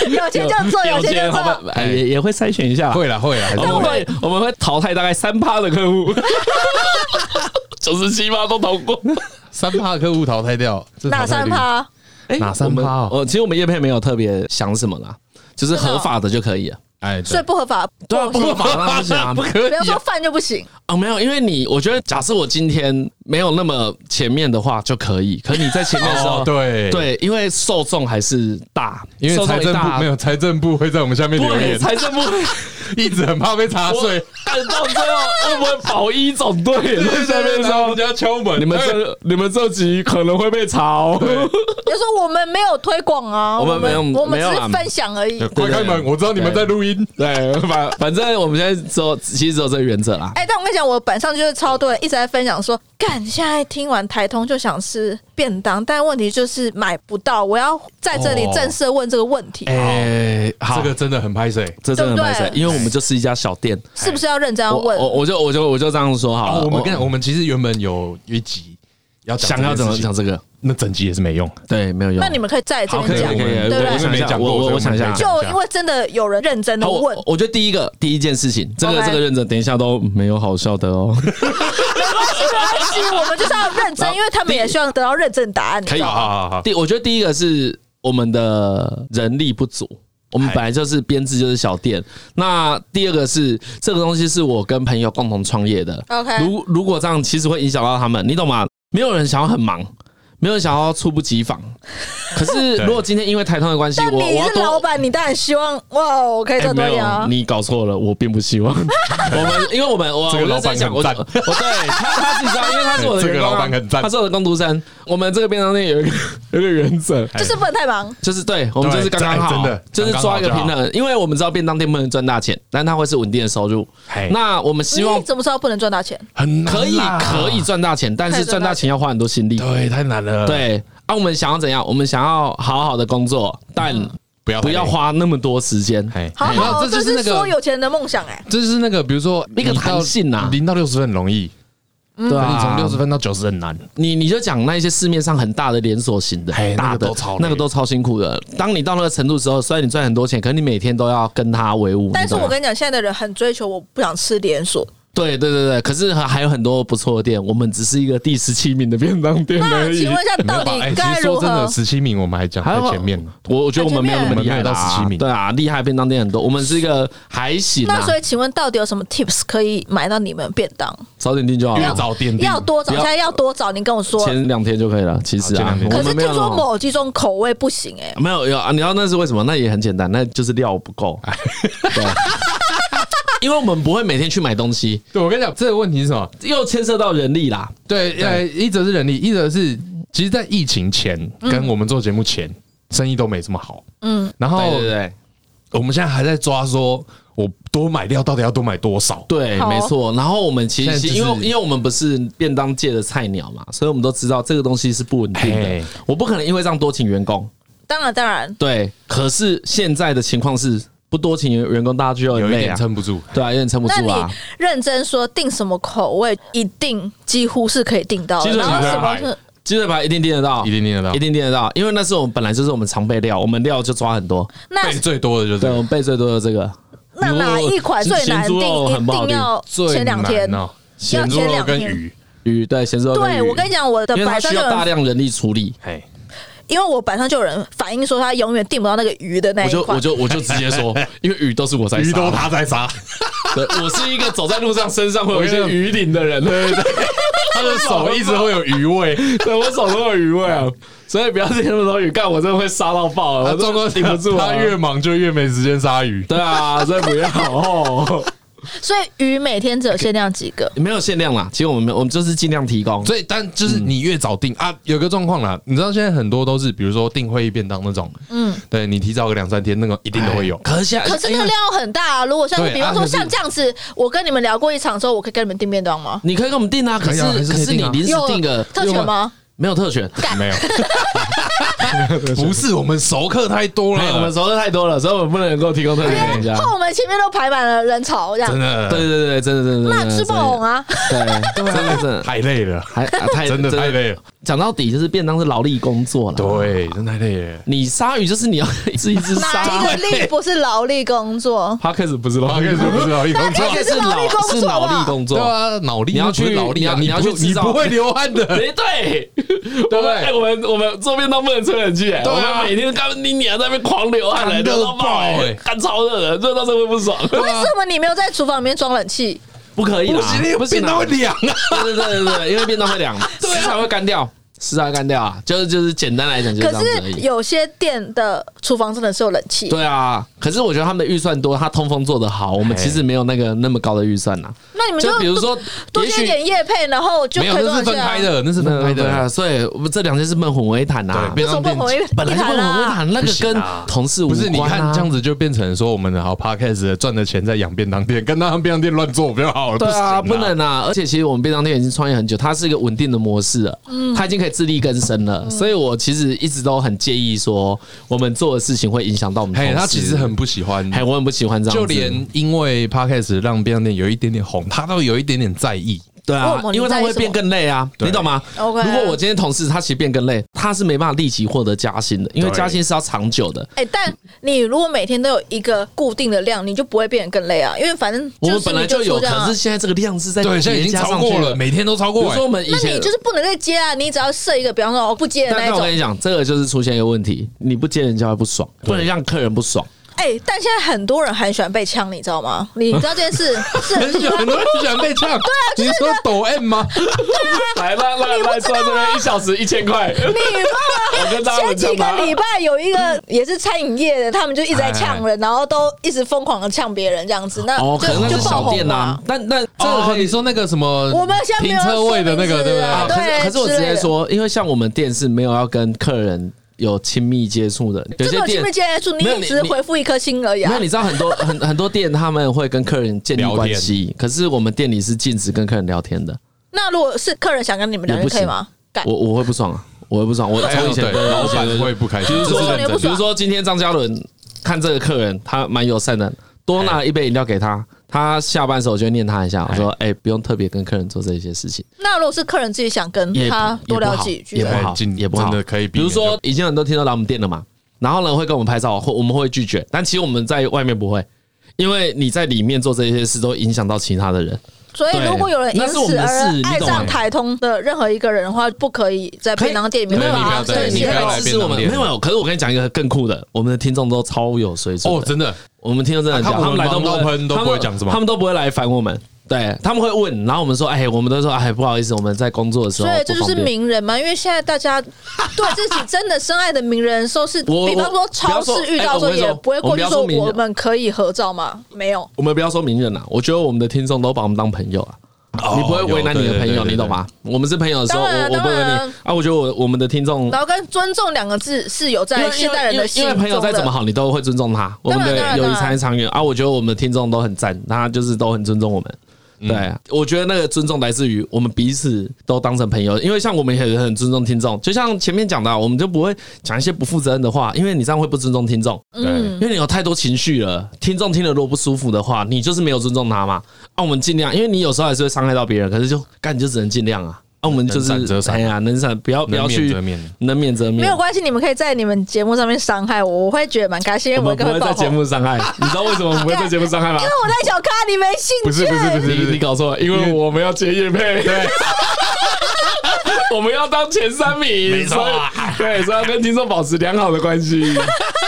有钱就做，有钱就好吧做。，哎也也会筛选一下，会啦会啦，还是我们会我们会淘汰大概三趴的客户，九十七趴都逃过。三趴客户淘汰掉，这哪淘汰三率？趴？哎哪三趴哦我们呃其实我们叶配没有特别想什么啦，就是合法的就可以了。哎，所以对，不合法，对啊，不合法当然不行啊，不可哦不要说犯就不行。啊，没有，因为你我觉得，假设我今天没有那么前面的话就可以，可你在前面的时 候，哦对对，因为受众还是大，因为受众财一政部大没有财政部会在我们下面留对言，财政部。 一直很怕被查我税。干到最后，会不会保一总 队也 在下面然后说？人家敲门，你们哎这你们这集可能会被查哦。就说我们没有推广啊，我我们没有我们只没有是啊分享而已。 快开门，我知道你们在录音。 对，反反正我们现在只有其实只有这个原则啦。哎、但我跟你讲，我板上就是超多人一直在分享说，干，现在听完台通就想吃便当，但问题就是买不到。我要在这里哦正式问这个问题，哎，好，这个真的很拍水。这真的蛮对帅不，对因为我们就是一家小店。是不是要认真要我问？我我就我就我就这样说好啊，了。我们跟我们其实原本有一集要讲想要怎么讲这件事情，这个？那整集也是没用。对，没有用。那你们可以在这好，可边以讲可以，，可以对不对我们没讲过，我所以我想一下们可以就因为真的有人认真的好，我问，我我觉得第一个第一件事情，这个 OK 这个认真，等一下都没有好笑的哦。没关系，我们就是要认真，因为他们也希望得到认真的答案。你知道好吗好好好，第我觉得第一个是我们的人力不足。我们嗨本来就是编制就是小店，那第二个是这个东西是我跟朋友共同创业的。 OK 如如果这样，其实会影响到他们，你懂吗？没有人想要很忙，没有人想要猝不及 防。可是对如果今天因为台通的关系，但我我你要是老多板，你当然希望哇，我可以哎赚多没点有，啊。你搞错了，我并不希 望。我们因为我们我这个我老就在板想，我很我赞对他他自己知道，因为他是我的 这个员工啊老板很赞他是我的工读生。我们这个便当店有一个 有一个原则，就是不能太忙，就是对我们对就是刚刚哎好，真的就是抓一个刚刚好平就衡，因为我们知道便当店不能赚大钱，但它会是稳定的收入嘿。那我们希望哎你怎么知道不能赚大钱？很难可以啦可以，赚大钱，但可是以赚赚大大钱要花很多心力。对，太难了，，对啊，我们想要怎样？我们想要好好的工作，但嗯不要不要太累，花那么多时间。哎，好没有好，这就是是那说个。有钱人的梦想哎。这就是那个，比如说那个零到弹性啊零到六十分很容易，对但你嗯从啊，六十分到九十很难。你你就讲那一些市面上很大的连锁型的嘿，大的那个都超累那个都超辛苦的。当你到那个程度之后，虽然你赚很多钱，可是你每天都要跟他为伍。但是你懂我吗跟你讲，现在的人很追求我不想吃连锁，对对对对，可是还还有很多不错的店，我们只是一个第十七名的便当店那而已请。问一下，到没有吧底哎该其实如说真何的，？十七名我们还讲还在有前面呢。我我觉得我们没有那么厉害啦我们没有到17名对啊，厉害便当店很多，我们是一个还行那啊所，以，请问到底有什么 tips 可以买到你们便当？早点订就好越了。早点定要多早，不要现在要多早？你跟我说。前两天就可以了，其实好前啊两，天我可们是没听有那说么某几种口味不行哎、没有有啊，你知道那是为什么？那也很简单，那就是料不 够。对，因为我们不会每天去买东西，对我跟你讲，这个问题是什么？又牵涉到人力啦。对，呃，一则是人力，一则是其实，在疫情前嗯跟我们做节目前，生意都没这么好。嗯，然后对我们现在还在抓说，我多买料到底要多买多少？对，好没错。然后我们其现在实就是因为因为我们不是便当界的菜鸟嘛，所以我们都知道这个东西是不稳定的嘿。我不可能因为这样多请员工，当然，当然，对。可是现在的情况是不多请员工，大家就有很一累点啊，撑不住。对啊，有点撑不那住你啊。认真说订什么口味，一定几乎是可以订到其的。实然后我觉得什么还是鸡腿排一定订得到，一定订得到一定订得到，因为那是我们本来就是我们常备料，我们料就抓很多。那备最多的就是对，我们备最多的这个那哪一款最难咸猪肉订？一很不好定订要最前两天。难哦，要咸猪前肉两跟天鱼，鱼，对，咸猪肉对鱼我跟你讲，我的因为它板上需就有要大人，量人力处理，嘿，因为我板上就有人反映说他永远订不到那个鱼的那我一就款我。就我就直接 说，因为鱼都是我在杀，鱼都他在杀， 对，我是一个走在路上身上会有一些鱼鳞的人，对对 对，他的手一直会有鱼 味。 对我手都有鱼味啊，所以不要听那么多鱼，干我真的会杀到爆了，他我真状况的顶不住啊他，越忙就越没时间杀鱼。对啊，所以不要哦，所以鱼每天只有限量几个， 没有限量啦，其实我们没有，我们就是尽量提供，所以，但就是你越早订啊，有个状况啦，你知道现在很多都是，比如说订会议便当那种，嗯，对你提早个两三天，那个一定都会 有。哎可是现在可是那个量很大、啊。如果像是对比方啊说可是像这样子，我跟你们聊过一场之后，我可以跟你们订便当吗？你可以给我们订啊，可是可以啊还是可可以是你订啊临时有订个特权？吗？没有特权，没有， 不是我们熟客太多哎，了，我们熟的太多了，所以我们不能够提供特别给人家。后我们前面都排满了人潮，这真样的对对对，真的真的真的，那吃爆红啊！啊！ 对，真的真的。太累了，还啊太真的太累了，讲到底就是便当是劳力工作了。，对，真的太累 了。你鲨鱼就是你要一只一只鲨哪一个力不是劳力工作？ p o d c a s 不是劳我力跟工作你说，不 是劳力工作那， ，Podcast 是劳力工作是劳力工作。对啊，脑力你要那不是去劳力啊，你要不你要去你制造不会流汗的，哎，对，对我们哎我们我们做便当不能吹冷气，哎对我啊们每天干你娘在那边狂流汗，哎干热到爆，热爆哎啊哎， 干超热的，热到真的会不爽，为什么你没有在厨房里面装冷气？ 不可以啦， 不行，不变啊到会凉啊。 对对对对对，因为便当会 凉，食材会干掉，食材会干掉啊，就是就是简单来讲就是可这样子而是已。有些店的厨房真的是有冷气，对啊，可是我觉得他们的预算多，他通风做得好，我们其实没有那个那么高的预算呐。啊那你们就比如说，多也接许点叶配，然后就没有，可以那装是冷分气开啊。的，那是分对开对的啊，。所以我们这两件事闷混为一谈呐便为对。便什么当不回店本来就一啊闷混为一啦？谈，那个跟同事无不关啊是，你看这样子就变成说我们的好 podcast 赚的钱在养便当店，跟他们便当店乱做不就好了？对啊，不不行能啊！而且其实我们便当店已经创业很久，它是一个稳定的模式了，嗯它已经可以自力更生了。所以我其实一直都很介意说，我们做的事情会影响到我们同嘿，事。他其实很不喜欢，嘿，我很不喜欢这样子，就连因为 podcast 让便当店有一点点红，他都有一点点在意。对为啊什么，因为他你在意会什么变更累啊，对你懂吗 OK 如果我今天同事他其实变更累，他是没办法立即获得加薪的，因为对加薪是要长久的。哎、但你如果每天都有一个固定的量，你就不会变得更累啊，因为反正我就们是本来你就就有，说这样啊可是现在这个量是在对，现在哎叠已经加超上去过了，每天都超比如过。说我欸们以那前你就是不能再接啊，你只要设一个，比方说我哦不接的那但一但我种跟。你讲，这个就是出现一个问题，你不接人家会不爽，不能让客人不 爽。哎、但现在很多人很喜欢被呛，你知道吗？你知道这件 事是很很喜喜欢，欢很。多人喜欢被呛。对啊，你说抖 M 吗？来吧，来来，说这边一小时一千块，你我跟大忘家啊了前文几章吧个礼拜有一个也是餐饮业的，他们就一哎直在呛人，然后都一直疯狂的呛别人这样子，那哦，就可能那就是爆小红店了呐啊。，但但这这个和和哦你你说那个什么，我们现在没有停车位的那个，说名字对不对？啊啊可是对可是我直之类接的说，因为像我们店是没有要跟客人有亲密接触的，有这些种亲店密接触，你没有也你只是你回复一颗心而已啊没有，。你知道很多很很多店他们会跟客人建立聊天关系，可是我们店里是禁止跟客人聊天的，那如果是客人想跟你们聊也天，不可以行吗？干我我会不爽啊，我会不爽，我哎从以前对老板会不开心，比如这是说认真的不比爽如说今天张嘉伦看这个客人，他蛮友善的，多拿了一杯饮料给他，他下班的时候我就会念他一下，我说哎、不用特别跟客人做这些事情。那如果是客人自己想跟也他不也不多聊好几句也呢，不好，哎尽也不好真的可以避比免如说，已经很多听众来我们店了嘛，然后呢会跟我们拍照，会我们会拒绝，但其实我们在外面不会。因为你在里面做这些事，都会影响到其他的人。所以对如果有人因那是我此们的而事你懂爱上吗台通的任何一个人的话，不可以在可以便当店里没面有对发你不要生对对，这你些不要要来东支西。持我们。没有，啊可是我跟你讲一个更酷的，我们的听众都超有水准。哦，真的，我们听到真的很啊讲，他他们们来都忙到喷都不会讲什么他们都不会来烦我们。对他们会问，然后我们说，哎，我们都说，哎，不好意思，我们在工作的时候所不方以便，这就是名人嘛，因为现在 大家对自己真的深爱的名人说是，我比方我说超不要市说遇到哎我跟的时候你说也不会过去说我们不要说名人我们可以合照吗？没有，我们不要说名人啦，我觉得我们的听众都把我们当朋友啊。哦你不会为难你的朋对对对友，对你懂吗？我们是朋友的时候，我当然啊我不会为当然难啊你啊。我觉得我我们的听众，然后跟尊重两个字是有因在为现代人因为的因心为中朋友再怎么的。好，你都会尊重他。我当然们的当然友谊当然长长远啊，我觉得我们的听众都很赞，他就是都很尊重我们。对，嗯我觉得那个尊重来自于我们彼此都当成朋友，因为像我们也很尊重听众，就像前面讲的啊，我们就不会讲一些不负责任的话，因为你这样会不尊重听众。嗯对，因为你有太多情绪了，听众听了如果不舒服的话，你就是没有尊重他嘛。啊，我们尽量，因为你有时候还是会伤害到别人，可是就干你就只能尽量啊。啊，我们就能闪则是闪哎呀，能闪不要不要能免去则，免能免则免。没有关系，你们可以在你们节目上面伤害我，我会觉得蛮开心，因为我们应该不会爆在红。节因为目伤害，你知道为什么我们不会在节目伤害 吗？我在小咖，你没兴趣。不是不是不是你你搞错了，因为我们要接叶配， 对，我们要当前三名，没错啊所以 对，所以要跟听众保持良好的关系。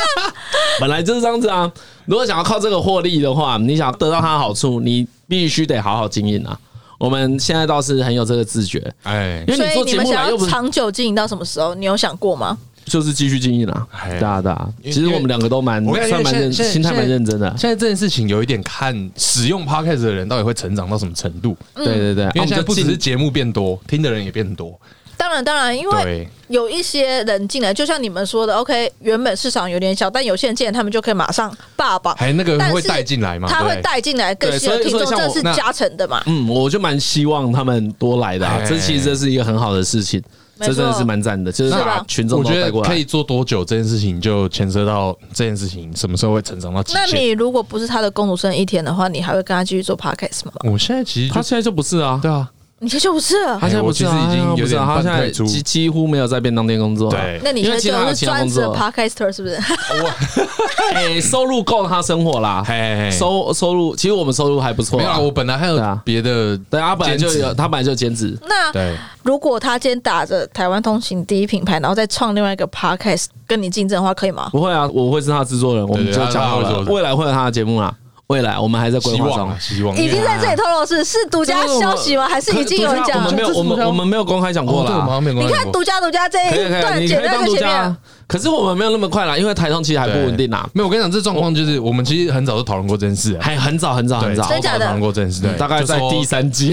本来就是这样子啊，如果想要靠这个获利的话，你想要得到它的好处，你必须得好好经营啊。我们现在倒是很有这个自觉，哎，因为所你以做你节们目想来又要不是长久经营到什么时候？你有想过吗？就是继续经营啊哎，对啊对啊。因为其实我们两个都蛮我跟你讲算蛮认，现在心态蛮认真的。现在这件事情有一点看使用 podcast 的人到底会成长到什么程度，嗯对对对，啊嗯哦因为现在我们就不只尽是节目变多，听的人也变多，当然，当然，因为对，有一些人进来，就像你们说的，OK，原本市场有点小，但有些人进来，他们就可以马上霸榜。还有那个人但会是带进来嘛？他对会带进来更对新的所以听所以像众，这我是那加成的嘛？嗯，我就蛮希望他们多来的、啊，哎这其实这是一个很好的事情，没这错真的是蛮赞的，就是是把吧群众我都觉带得过可来以。做多久这件事情，就牵涉到这件事情什么时候会成长到极那限。你如果不是他的公主生一天的话，你还会跟他继续做 podcast 吗？我现在其实他就现在就不是啊，对啊，你这就不是了他现在不是、啊，哎我其实已经有不是、啊，点他半现在退出几几乎没有在便当店工作、啊。对，那你现在就是专职的因为其他啊 podcaster 是不是？ 哎、收入够他生活啦，嘿嘿嘿收收入，其实我们收入还不错、没有啊，我本来还有对啊别的，对他本来就有，他本来就兼职，那对，如果他今天打着台湾通勤第一品牌，然后再创另外一个 podcast 跟你竞争的话，可以吗？不会啊，我会是他的制作人，我们就对对讲好他会了做，的未来会有他的节目啦，未来我们还在规希划望中啊，。希望已经在这里透露是是独家消息吗？还是已经有人讲我了们？没有，我们我们没有公开讲过哦对我们好啦像。没有你关看注过。独家独家这可以一可以可段以，你简可以单当在独前家面啊，。可是我们没有那么快啦，因为台通其实还不稳定啦，没有，我跟你讲，这状况就是我们其实很早就讨论过这件事啊，还很早很早对，很早嗯超，真假早的讨论过这件事，对，大概在第三季。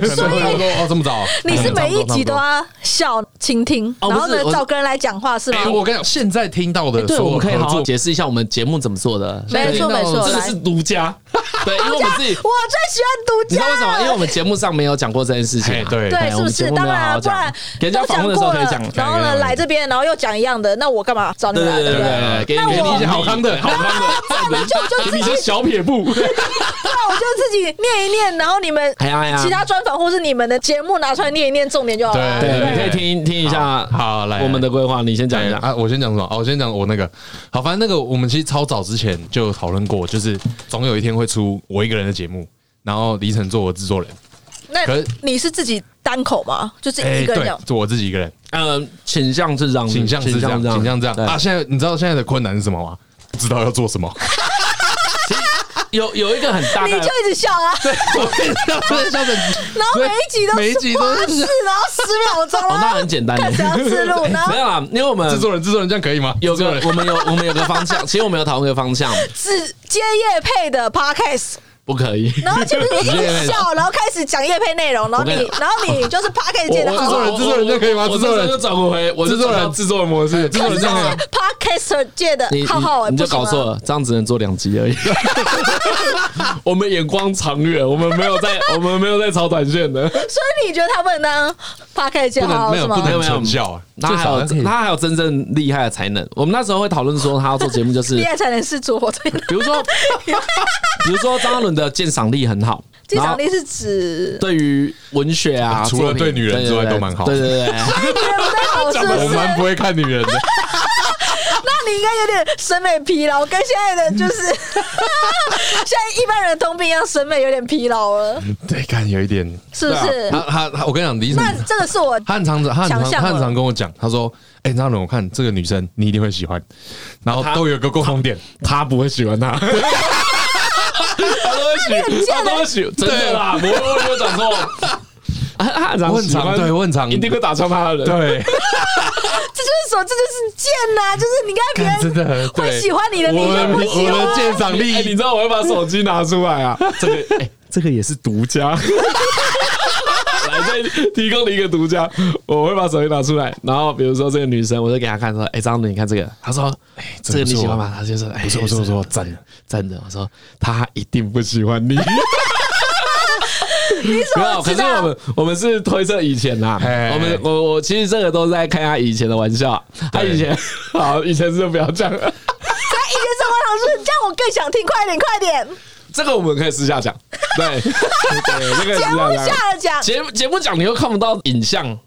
就说，所以哦这么早，你是每一集都啊。要笑倾听，哦不是然后呢我照跟人来讲话是吗哎，？我跟你讲，现在听到的哎对，所我有们可以合好好作解释一下我们节目怎么做的。没错没错这个来是独家， 对，因为我们自己，我最喜欢独你知道为什家么？因为我们节目上没有讲过这件事情嘿啊。对对，哎是我不们是？节目当没有好然，啊好不讲然人家都访讲问的时过候可以了讲，然后对呢对对来这边，然后又讲一样的，那我干嘛找你对们对来？对不对对？对，给那你给我你一些好康 的，好康的，那就我 就自给你一些己，啊小撇步。那我就自己念一念，然后你们哎呀哎呀其他专访或是你们的节目拿出来念一念重点就好了。对对，你可以听听一下。好好来我们的规划，你先讲一对下。啊，我先讲什么？哦，我先讲我那个，好，反正那个我们其实超早之前就讨论过，就是总有一天会出我一个人的节目，然后黎晨做我制作人，那可是哎你是自己单口吗？就是一个人对讲，，做我自己一个人，嗯，倾向是这样子，形象是这样，形象这样对啊。现在你知道现在的困难是什么吗？不知道要做什么，有有一个很大你概 就，一直笑啊， 我跟你讲，真的笑成然后每一集都每一集都是 是，然后十秒钟，哦，然那后很简单，看 谁要自录，然后没有啦，因为我们制作人，制作人这样可以吗？嗯有制作个人我们有我们有个方向，其实我们有讨论一个方向，只接叶配的 podcast，不可以。然后就是一接业配直的笑，然后开始讲叶配内容，然我后跟你你，然后你就是 podcast 界的我制作好人制作人就可以吗我我制作人我就转回我制作人，制作人模式，制作可人是这这样可以是吗 podcaster 界的你浩浩，哎你你就搞。不错行吗了，这样只能做两集而已。 我们眼光长远，我们没有在我们没有在炒短线的。所以你觉得他不能当 podcast 界不浩能浩没有是不吗？能没有成效啊，他还有他还有真正厉害的才能。我们那时候会讨论说，他要做节目就是 厉害才能是主火最大。比如 说，比如说张嘉伦的鉴赏力很好，鉴然赏后力是指对于文学啊，除了作品对女人之外都蛮好对对 对，对对哎你人不太好，是不我是？蛮不会看女人的。那你应该有点审美疲劳，跟现在的就是 现在一般人的通病一样，审美有点疲劳了，对，看有一点。是不啊是？他他他，我跟你讲，李晨那，这个是我他很常他很常想象他很了常跟我讲，他说：“哎，张伦，我看这个女生你一定会喜欢。”然后他都有一个共同点，他不会喜欢他。他都会欸喜，他都会喜，真的啦，我我没有讲错。 啊他很我常很喜常欢，对我很常一定会打穿他的人。 对，这就是什么？这就是贱呐、就是你看别看真人的会对喜欢你的，你我就们不我喜们欢。鉴赏哎，你力知道我会把手机拿出来啊？这个，哎，这个也是独家。 来，再提供你一个独家，我会把手机拿出来，然后比如说这个女生，我就给她看说，哎，张伦，你看这个，她说，哎，这个你喜欢吗？她就说，哎，不错不错不错，真赞的真的，我说她一定不喜欢你。你怎没么有，可知是我道？们我们是推测以前啦，嘿我们我我其实这个都是在开他以前的玩笑，他以前 好，以前是不要讲了，在一天生活上说，这样我更想听，快点快点，这个我们可以私下 讲，对对，这个节私目下讲。下了讲，节目节目讲你又看不到影像，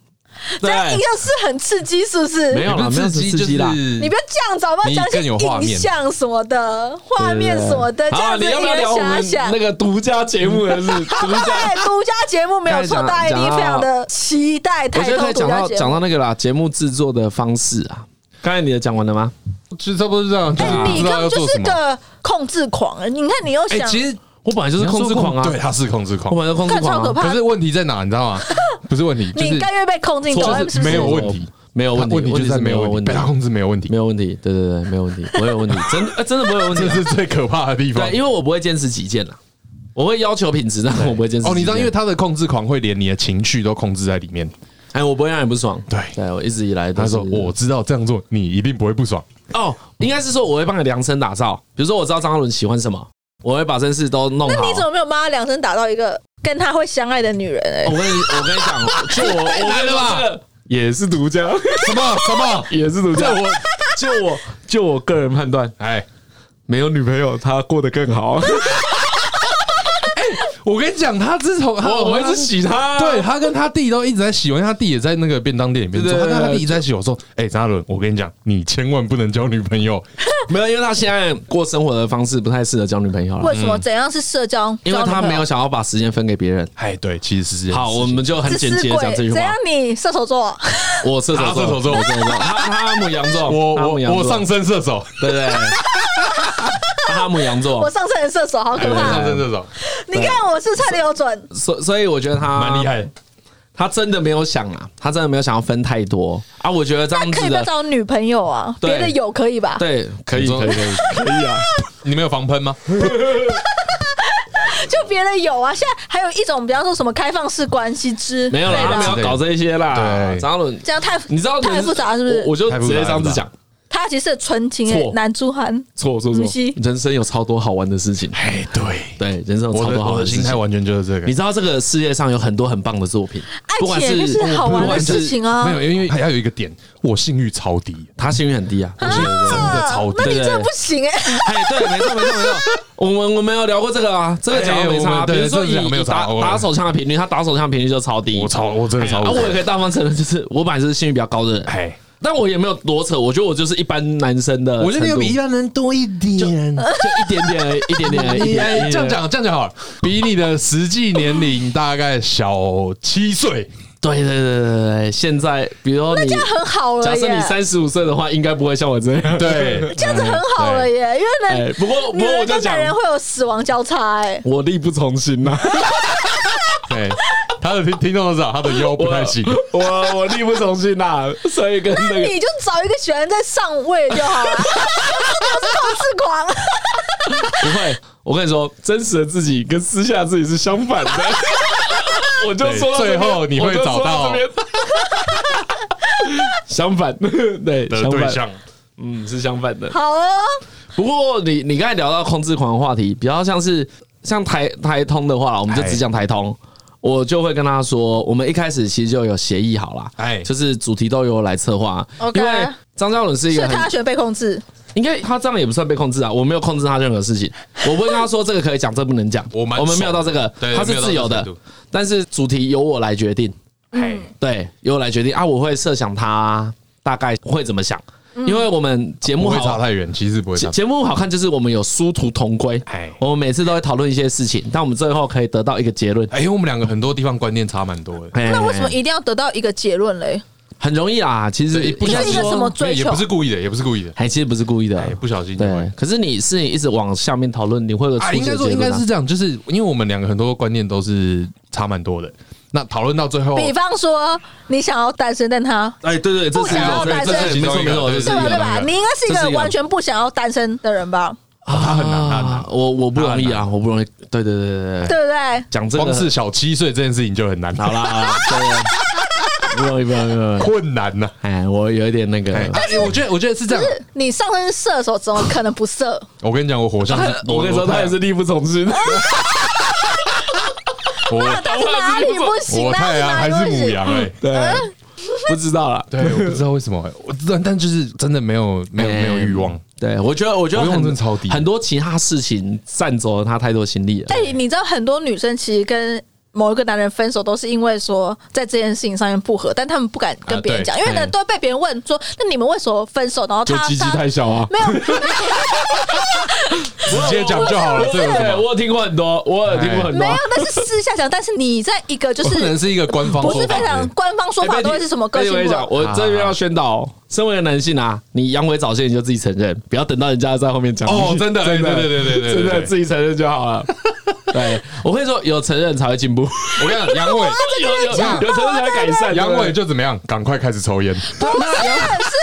这样影像是很刺激，是不是？没有啦你不是没有刺激啦就是你不要这样子好不好？你讲一些更有画面影像什么的，画面什么的，这好，啊样你子要不要聊人我想们想那。个独家节目 的是独家？对，哎独家节目没有错，刚才讲大家一定非常的期待我觉台得可通以独讲家到节讲目。到那个啦，节目制作的方式啊。刚才你的讲完了吗？其实差不多是这样，就是不哎你知根道本要就做是什么。个控制狂，啊你看你又哎，想其实我本来就是控制狂啊，对，他是控制狂我，本来就控制干超狂可啊。怕可是问题在哪？你知道吗？不是问题，就你是甘愿被控制，你错懂就是是不没是有？问题，没有问题，问题就问在是没有问问题，被题他，控制没有问题没，有问题，对对对，没有问题，不会有问 题，真的、呃真的不会有问题 这 啊、是最可怕的地方对，。因为我不会坚持己见啦，我会要求品质，但我不会坚持己见。哦哦，你知道，因为他的控制狂会连你的情绪都控制在里面，哎，我不会让你不爽。对对我一直以来都他是说我知道这样做你一定不会不爽，哦，应该是说我会帮你量身打造。比如说我知道张嘉伦喜欢什么，我会把这件事都弄好。那你怎么没有帮他量身打造一个跟他会相爱的女人、欸？我跟你我跟你 讲，就我我来了吧，也是独家， 什么什么也是独就 家，我就我就我个人判断，哎。没有女朋友他过得更 好。哎我跟你讲，他自从他我我一直洗他对他跟他弟都一直在洗，因为他弟也在那个便当店里面做，对他对对跟他弟一直在洗。我说：“哎，张嘉伦，我跟你讲，你千万不能交女朋友，没有，因为他现在过生活的方式不太适合交女朋友了为，什么？怎样是社交？哦嗯因为他没有想要把时间分给别人。哎，对，其实是这样好，我们就很自简私洁鬼讲这句怎样话。？哦你射手座，我射手他座，射手座我射手座，他他母羊座，我他我母羊座我上，升射手，对 对，他哈姆羊座我，上升的射手，好哎，可我怕！上升射手，你看我是差点有准，所所以我觉得他蛮厉害的。他真的没有想啊，他真的没有想要分太多啊。我觉得这样可以子不要的，找女朋友啊，对别的有可以吧？对，可以你说可以可以可以 啊。你们有防喷吗？就别的有啊。现在还有一种，比方说什么开放式关系之没有啦，类的他啊们要搞这些啦。对张嘉伦，这样太你知道太复杂是不是我我就太复直杂接这样子讲，他其实是纯情诶错，男猪汉。错错错不是，人生有超多好玩的事情，哎，对，对，人生有我超的多好我玩的的事心态情。完全就是这个你。知道这个世界上有很多很棒的作品，不爱管情也是是好玩不的管事是情啊，没有，因为还要有一个点，我性欲超低，他幸运很 低啊，我幸运真的超那低。你真的不行哎、哎，对，没错，没错，没错。我们我们有聊过这个啊，这个讲哎到没我差。们比对如说这个讲以没有以打差我打手枪的频率，他打手枪的频率就超低。我超，我真的超啊，无我辜。也可以大方承认，就是我本来就是性欲比较高的人，哎，但我也没有多扯，我觉得我就是一般男生的程度，我觉得你有比一般人多一点。 就一点点而已，一点点而已，一点点而哎，已这样，讲这样讲好了，比你的实际年龄大概小七岁。对对对对对。现在，比如说你，很好了假耶，设你三十五岁的话，应该不会像我这样。 对，这样子很好了对。耶，因为哎人，不过不女过我人就跟讲男，人会有死亡交叉哎、我力不从心呐，对，他的听听众都知道，他的腰不太行。我我力不从心呐，所以跟那个你就找一个喜欢在上位就好了。我 是控制狂，不会，我跟你说，真实的自己跟私下自己是相反的。 我就说到这对最边后你会我就说找到这 边相反， 对，的相对反，象，嗯，是相反的。好哦，不过你你刚才聊到控制狂的话题，比较像是像台台通的话，我们就哎只讲台通。我就会跟他说，我们一开始其实就有协议好啦，哎就是主题都由我来策划 OK 因为张嘉伦是一所个以很他选被控制。应该他这样也不算被控制啊，我没有控制他任何事 情，我不会跟他说这个可以讲，这不能讲，我我蛮们没有到这个，对他是自由没有的到这个程度，但是主题由我来决定，哎，对，由我来决定啊，我会设想他大概会怎么想，因为我们节目嗯不会差好。太远，其实不会节差。节目好看，就是我们有殊途同归哎。我们每次都会讨论一些事情，但我们最后可以得到一个结论。哎，因为我们两个很多地方观念差蛮多的，那那为什么一定要得到一个结论嘞？很容易啦？其实不应该小是一心个说什么追求也不是故意的，也不是故意的，哎，其实不是故意的哎，，不小心就会对。。可是你是你一直往下面讨论，你会有出啊，应该现说结应论该啊是这样，就是因为我们两个很多观念都是差蛮多的。那讨论到最哦后，比方说，你想要单身，但他哎，对对，这是一不想要种，单身这是没错没错，这对是对一吧？个对吧？你应该是一这是个一个完全不想要单身的人吧？他啊很难他很难啊我我不容易啊，我不容易，对对对对对，对不对？讲这个光是小七岁这件事情就很难，好啦，好啦对，不容易不容易不容易，困难呐。哎，我有一点那个，哎，啊我觉得我觉得是这样。呃你上身是射手，怎么可能不 射？我跟你讲，我火象是，呃力不从心，我到底哪里不行？啊我哪太里阳哪还里是不母行？羊哎。对，不知道了，对，我不知道为什么，我但但就是真的没有没有没有欲望，对我觉得我觉得我用很真的超低很多其他事情占走了他太多心力了，哎，你知道很多女生其实跟某一个男人分手，都是因为说在这件事情上面不合，但他们不敢跟别人讲，啊因对为呢嗯都会被别人问说，那你们为什么分手？然后他他小啊。没有，直接讲就好了。这有什对，么？我有听过很多，我有听过很多没。 有，那是私下讲，但是你在一个就我可能是是一个官方不说是法非常的，官方说哎法， Betty，都会是什么个 Betty，我性跟你不合讲，我这边要宣导哦，身为一个男性啊，你阳痿早泄你就自己承认，不要等到人家在后面讲。哦真 的真的，对对对对对对真的对自己承认就好了。对，我会说有承认才会进步，我跟你讲，阳痿，有有有承认才会改善。阳痿对就怎么样？赶快开始抽烟。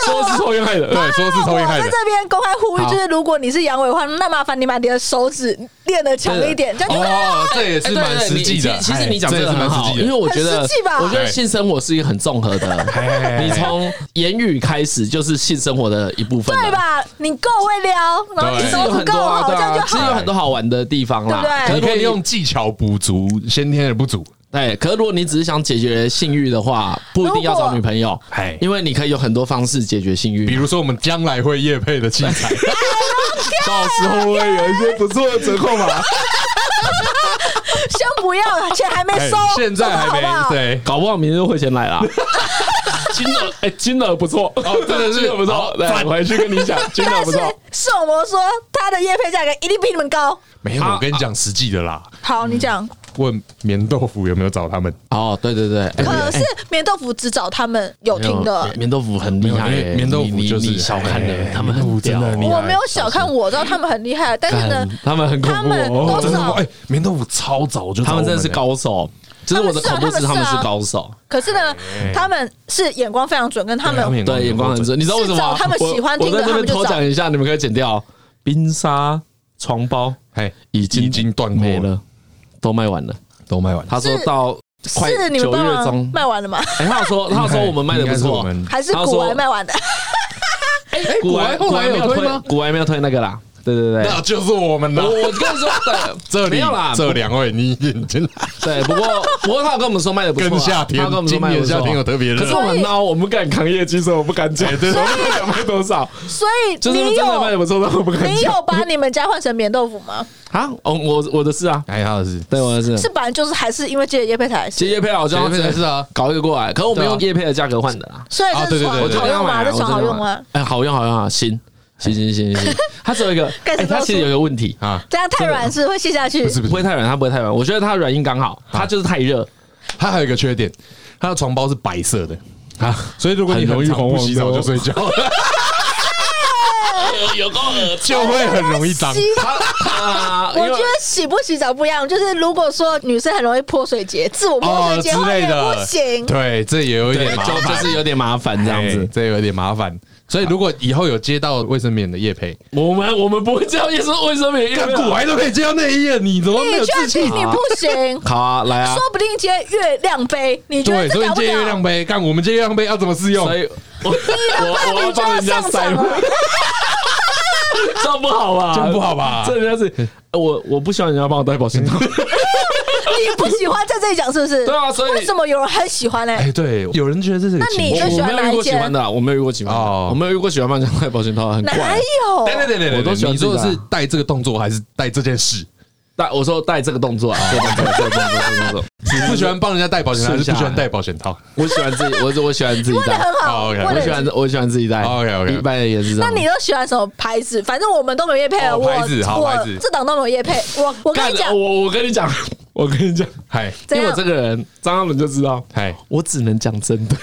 说是抽烟害的，对，说是抽烟我害啊的在。这边公开呼吁，好就是如果你是阳痿的话，那麻烦你把你的手指练得强一点，这样就哦，这也哎是对蛮对实你际的。其实其实你讲哎这也个很是蛮好，实际因为的。我觉得很实际吧，我觉得对性生活是一个很综合的。哎你从言语开始就是性生活的一部分了，对吧？你够会撩，然后你对其实有手指很够多啊，好，对这样就啊，其实好有了。很多好玩的地方啦。可是如对不你可果以你用技巧补足先天的不足。对，可是如果你只是想解决性欲的话，不一定要找女朋友，哎，因为你可以有很多方式解决性比欲。如说我们将来会夜配的器 材，到时候会有一些不错的折扣码，先不要，钱还没哎收，现在还收好不没好对。搞啊不好明天就汇钱 来啦。金额哎，金额不错，哦，真的是不错。来，我回去跟你 讲，金额但不是错。视网膜说他的叶配价格一定比你们高。没有，我跟你讲实际的啦。好，你讲。问棉豆腐有没有找他们？哦，对对对，哎可是棉豆腐只找他们有听的，棉豆腐很厉害没有因欸，为棉豆腐你你就是你小看哎人，他们棉豆很腐真屌的很厉害我没有小看，我知道他们很厉害，但是呢哎干，他们很恐他 怖们哦都真是的吗？哎，棉豆腐超早就找他我们真的了是，高手。就是我的恐怖是他他们们是啊是高手，可是呢，他们是眼光非常准，跟他对他们们哎对，眼光很准。你知道为什么是吗？找他们喜欢我听的我在这他边们就偷找讲一下，你们可以剪掉。冰沙床包哎，已经已经断货没了，都卖完了。都卖完了。他说到快是你们九帮月忙中，卖完了吗？哎，他有说他有说我们卖的不应该是我错，们还是他古说玩 卖完的？哎，古玩古玩没有推？？古玩没有推那个啦，对对对。那就是我们我了。我 跟你说，对，这没里有啦，这两位，你眼睛对，不过不过他有跟我们说卖的不错啊，跟夏天他有跟我们说今卖的年不错啊夏天有特别热可是我们孬，我们敢扛业绩，所以我不敢讲，哎对我们不敢卖多少，所以就是你真的卖的有不错，但我不敢你讲有把你们家换成棉豆腐吗？啊。哦，我我的是啊，哎，他的是 对，我的是是本来就是还是因为借叶配台，接所以叶配啊，我就要接业配才是啊，搞一个过来，可我们用叶配的价格换的啦，啊这对对床对我对就好跟他用吗？买这啊，床好用啊吗？，哎，好用好用啊，行行行行 行行，它只有一个，盖子哎，它都其实出有一个问题。啊，这样太软是会卸下去不。是不不是会，太软，它不会太软。我觉得它软硬刚好，它就是太热。它还有一个缺点，它的床包是白色的啊，所以如果你很容易很常红不红洗的澡哦 就睡觉，有够恶 就会很容易 脏。啊！因 我为觉得洗不洗澡不一样，就是如果说女生很容易泼水节，自我泼哦水节之话类也不的，行。对，这也有一对点，麻就烦，就是有点麻烦这样哎子。这有点麻烦。所以如果以后有接到卫生棉的叶 配，我们我们不会这样，也是卫生棉。看古玩都可以接到内衣了，啊你怎么没有你确自信定？你不 行？好啊，来啊说！不定接月亮杯，你觉对，得这所以了不借月了亮？杯，看我们借月亮杯要怎么试用所？以我我我你要就帮要人家上塞货，场了，这样不好吧？啊这样不好吧这人家是呃我我不喜欢人家帮我带保险套。 你不喜欢在这里讲是不是？对啊所以为什么有人很喜欢呢？哎，对，有人觉得这是个那情你趣就喜我欢没有遇过喜欢的啊，我没有遇过喜欢的，哦我没有遇过喜欢帮人家带保险套，很哪怪。有？对对对对对，我都喜欢你说的这个啊是带这个动作还是带这件事？带我说带这个动作 啊，这个动作，这个动作，这个动作。你不喜欢帮人家戴保险套，还是不喜欢戴保险套？我喜欢自己，我我喜欢自己问的带，很好，哦，OK，问我的喜欢很。我喜欢自己带。 OK，OK 一般的也是这那样。你都喜欢什么牌子？反正我们都没有叶配了，哦我牌子好我牌子这档都没有叶配。我我跟干你讲，我我跟你讲， 我跟你讲，嗨怎因为我样这个人，张嘉伦就知道，嗨，我只能讲真的。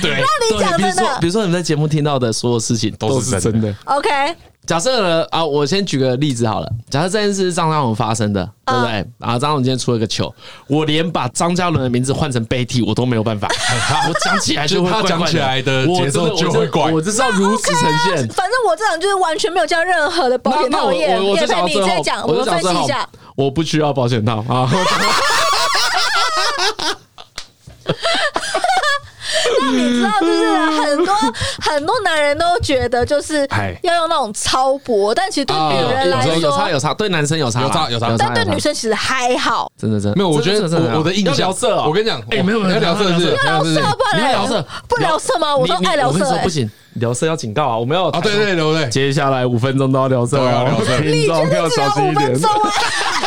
对，那你讲比如 真说，比的如说你在节目听到的所有事情都都是是真真的的。 ，OK？假设呢啊，我先举个例子好了。假设这件事是张嘉伦发生的，对嗯不对？然后张嘉伦今天出了个糗，我连把张嘉伦的名字换成 Betty 我都没有办 法，我讲起来就会就是他怪怪讲起来的我节奏真的就我真会怪我就是要如此呈现。反正我这档就是完全没有叫任何的保那险那套我叶我我叶就讲到配，你最再后讲，，我我们就讲分到最析一后下。，我不需要保险套啊。 你知道，就是很多很多男人都觉得就是哎要用那种超薄，但其实对啊女人来有有差说，有差，对男生有差啦有差有差但对女生其实还好。真的真的没有，我觉真得真真我我的印要象聊色哦，我跟你讲，哎没有没有要聊色没是有不要聊色啊，不你然要聊色不聊色吗？我你都你爱聊我跟色你说哎不。行，聊色要警告啊，我们要啊，对对对对，接下来五分钟都要聊色啊都要聊 哦，色听众要只小聊心五一分点钟。啊！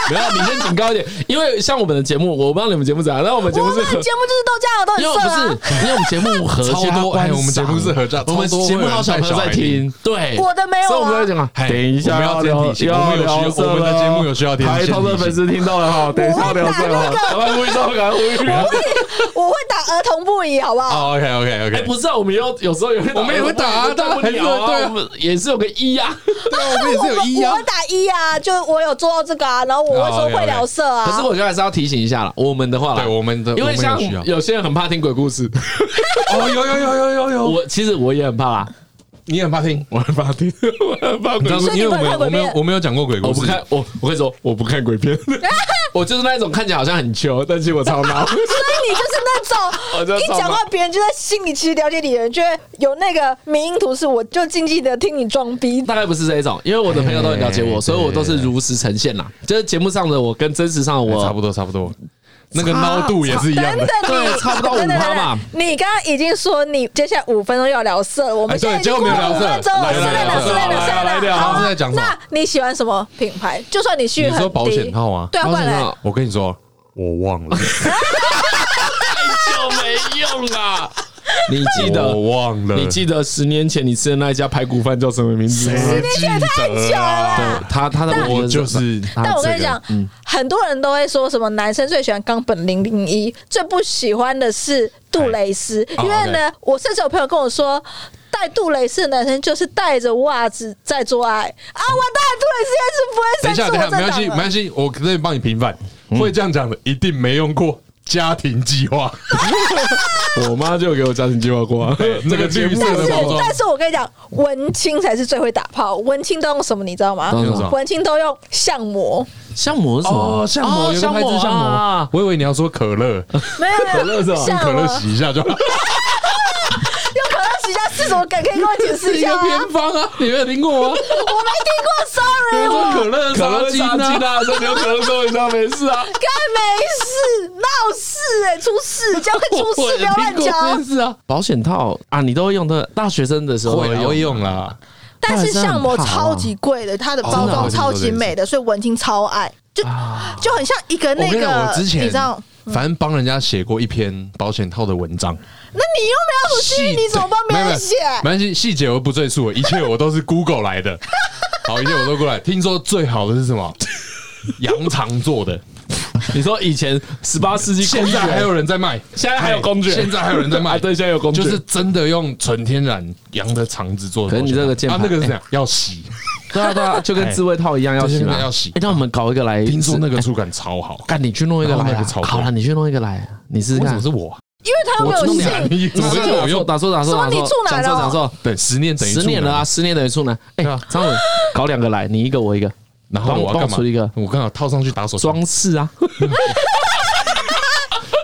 没有，你先警告一点，因为像我们的节目，我不知道你们节目怎样，但我们节我目是们合节目就是都这样，因都为很不色啊。是，因为我们节目合超家多哎观赏我们节目是合家我们超多节目会有好人小朋友带小在孩听听，对，我的没有啊所以我们在讲啊，哎等一我下要们要先聊提醒要我们有需聊我们的色节目了有需要提醒台通的先提粉丝听到了哈，等一下聊色啊了哈，赶快呼吁上，赶快呼吁。啊我会打儿童不宜，好不好？哦，OK OK 哎， OK，不是啊，我们有有时候也会，我们也会打啊但不聊还是会对啊，啊我们也是有个一啊。对啊，我们也是有一我啊会。打一啊，就我有做到这个啊，然后我会说会聊色啊。可是我觉得还是要提醒一下啦，我们的话啦，对我们的因为我像们有需要有些人很怕听鬼故事，哦，有有有有有有，我其实我也很怕啦，你很怕听，我很怕听，我很怕鬼故事因为我们所以你不能看鬼我没有片我没有讲过鬼故事，我不看，我我会说我不看鬼片，我就是那种看起来好像很穷，但其实我超 孬。所以你就是啊那我就种知一道讲话，别人就在心里其实了解你的人，就会有那个迷因图是，我就静静的听你装逼。大概不是这一种，因为我的朋友都很了解我，哎所以我都是如实呈现啦。就是节目上的我跟真实上的哎我差不多差不多，那个孬度也是一等样等的。对你，差不到等等五趴等等嘛你刚刚已经说你接下来五分钟要聊色了，我们哎对现在已经结果过没有了聊五色分钟了，来是来累来了，是累来了，是来累聊了。上好啊次在讲什么那你喜欢什么品牌？就算你去你很低，说保险套啊？对啊，不然嘞，我跟你说，我忘了，太久没用 啦。你记得？我忘了，你记得十年前你吃的那一家排骨饭叫什么名字吗？十年前也太久了对吧，他他的问题我就是他但我跟你这个嗯讲，很多人都会说什么男生最喜欢冈本零零一，最不喜欢的是杜蕾斯，哎因为呢，我甚至有朋友跟我说。戴杜蕾斯的男生就是带着袜子在做爱啊！我戴杜等一蕾下，斯等也一下，是不没会关生系，出我没这关系，我可以帮你平反。会这样讲的，一定没用过家庭计划，我妈就有给我家庭计划 过啊，那个绿色的种的。但是，包装但。是我跟你讲，文青才是最会打炮。文青都用什么，你知道吗都用什么？文青都用相模，哦像膜是什么？哦有个牌子像啊膜，我以为你要说可乐，没有没有，乐是吧用相可模乐洗一下就好。用可乐洗一下是什么梗？可以跟我解释一一下 个吗？我没偏方啊，你没有听 过吗？听过，sorry，我说可可乐乐杀杀精精啊，啊，所以你有可乐说一下没事啊。该没事，闹事哎、出事，这样会 出事，不要乱讲。事啊！保险套啊，你都会用的，大学生的时候会啊用会用啦，但是相模超级贵的，它的包装超级美的，所以文青超爱，就就很像一个啊我那跟你讲，个我，之前你知道？嗯反正帮人家写过一篇保险套的文章，那你又没有出去，你怎么帮别人写没？有没有没关系，细节我不赘述了，一切我都是 Google 来的。好，一切我都过来。听说最好的是什么？羊肠做的，你说以前十八世纪现公爵在还有人在卖，现在还有公爵哎现在还有人在卖， 啊对现在有公爵就是真的用纯天然羊的肠子做的可是保你险这套。个键啊盘，那个是这样，要洗。对啊对啊，就跟自慰套一样要洗嘛，哎要洗哎那我们搞一个来，听说那个哎触感超好。干你去弄一个来然后那啊个超，贵好了，你去弄一个来，你试试为什看么。是 我啊？因为他又没有 信，你怎么会是对我用？打错打错打什么你错住，哪讲了错讲错，对，十年等于十年处了男啊，，十年等于处男。哎对啊，张伟搞两个来，你一个我一个，然后帮我我要帮我干嘛出一个？我刚好套上去打手枪装饰啊，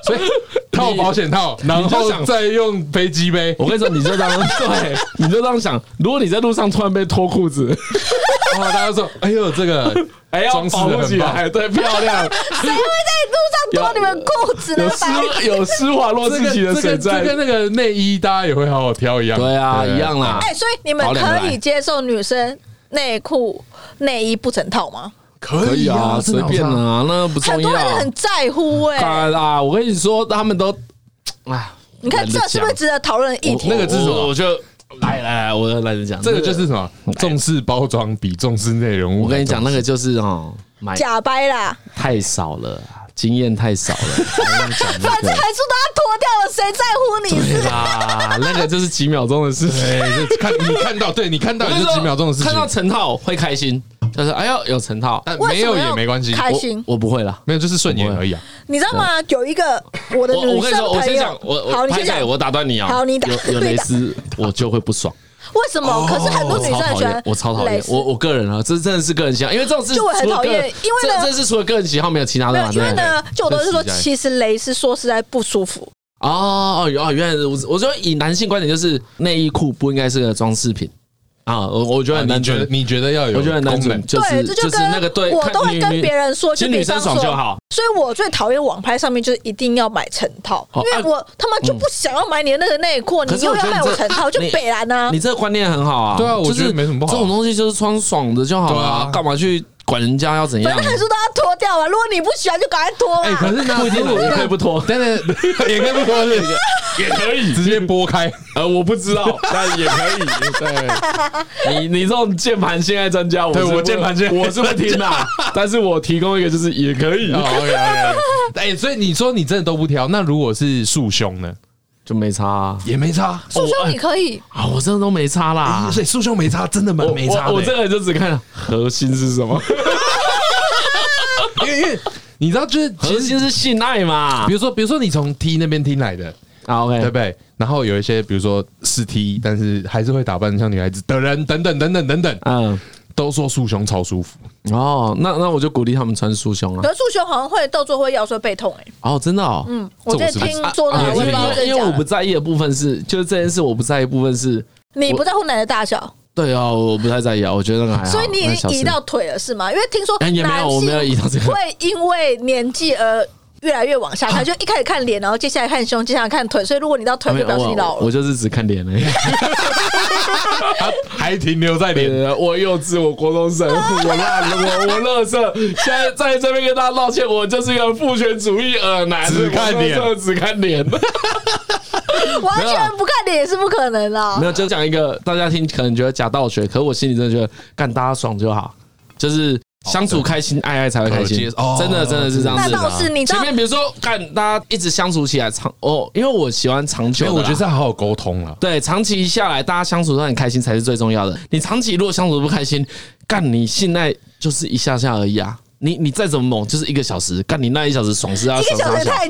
所以 套保险套，然就后想再用飞机杯。我跟你说，你就这样 对，你就这样想。如果你在路上突然被脱裤子，然后大家说：“哎呦，这个哎呀，装饰保的护起很棒。来，对，漂亮，谁会在路上脱你们裤子有呢？施白有施华洛这个”世奇的这水个这在跟，那个内衣，大家也会好好挑一样。对啊，一样。啦。哎，所以你们可以接受女生内裤内衣不成套吗？可以啊，随便啊。啊，那不重很多人要很。在乎哎，干啊！我跟你说，他们都，哎，你看懒得这是不是讲值得讨论的议我题？那个是什么我就来来来，我懒得讲，这个就是什么？重视包装比重视内容物。哎我跟你讲，那个就是哦，买假掰啦！太少了，经验太少了。我跟你讲那反个正还说他脱掉了，谁在乎你？对啊啦，那个就是几秒钟的事情。哎，这看你看到，对你看到也就几秒钟的事情看，到成套会开心，就是哎呦有成套，但没有也没关系。开我心，我不会啦。没有，就是顺眼而已啊。你知道吗？有一个我的我女我跟你生说，我朋先讲友，，我好，我你拍先下来，讲，我打断你啊。好你 打有有蕾丝，我就会不 爽。为什么？可是很多女生我超很讨喜欢哦厌，我超讨蕾厌，丝我我个人啊，这真的是个人喜好，因为这种是就我很除了讨厌个人因为呢这这是除了个人喜好没有其他的没有，嘛，因为对不对？呢，就我都是说，这是其实蕾丝说实在不舒服。哦哦有哦，原来如此。我觉得以男性观点，就是内衣裤不应该是个装饰品啊。我我觉得很难你觉得准，你觉得要有我觉得很难功准 能，，就是对，这就是跟那个对，我看都会你跟你别人说，其就实比女方生说爽就好。所以我最讨厌网拍上面就是一定要买成套，哦嗯因为我他妈就不想要买你的那个内裤，可你是又我觉得要卖你我这成套，就你北兰啊你。这个观念很好啊，对啊我就是觉得没什么不好啊这种东西就是穿爽的就好了、对啊干嘛去管人家要怎反样正？横竖都要脱掉啊嘛。如果你不喜欢，就赶快脱哎，可嘛。是呢，不一定啊，如果也可以不脱，等等，也可以不脱是不是也可以直接拨开， 呃，我不知 道。但也可以。对，你你这种键盘性爱专家，我对是我不键盘性爱我是不听 的，但是我提供一个就是也可以，哦，OK OK。哎， 所以你说你真的都不挑，那如果是束胸呢？哦就没差啊，也没差，束胸你可以，啊我真的都没差啦。所以束胸没差，真的蛮我没差的。我我这个人就只看核心是什么，因为因为你知道，就是核其实心是性爱嘛比。如说，比如说你从 T 那边听来的，啊，OK，对不对？然后有一些，比如说是 T，但是还是会打扮像女孩子的人，等等等等等等，嗯，都说束胸超舒服。哦，那那我就鼓励他们穿束胸啊。可是束胸好像会动作会腰酸背痛哎、哦，真的哦，嗯，我在这我是不听知说的，啊我也不因为知道真因的为我假不的。在意的部分是，就是这件事我不在意的部分是，你不在乎奶的大小，对啊，我不太在意啊，我觉得那个还好。所以你已那小经事移到腿了是吗？因为听说哎也没有男我没有移到这性个会因为年纪而越来越往下看，就一开始看脸，然后接下来看胸，接下来看腿，所以如果你到腿，没有就表示你老我我了。就是只看脸而已。还啊还停留 在对对，对我幼稚，我国中生，我烂，我我乐色。现在在这边跟大家道歉，我就是一个父权主义耳男，只看脸我乐色只看脸。完全不看脸也是不可能啦没。有，就讲一个大家听可能觉得假道学，可我心里真的觉得干大家爽就好，就是相处开心，爱爱才会开心哦接。哦真的真的是这样那子的倒啊。是，你知前道面比如说干大家一直相处起来长哦，因为我喜欢长久的没啦，有，哎我觉得是要好好沟通啊了。对，长期下来，大家相处都很开心才是最重要的。你长期如果相处得不开心，干你现在就是一下下而已啊。你你再怎么猛，就是一个小时，干你那一小时爽是啊，一个爽小时是啊。太，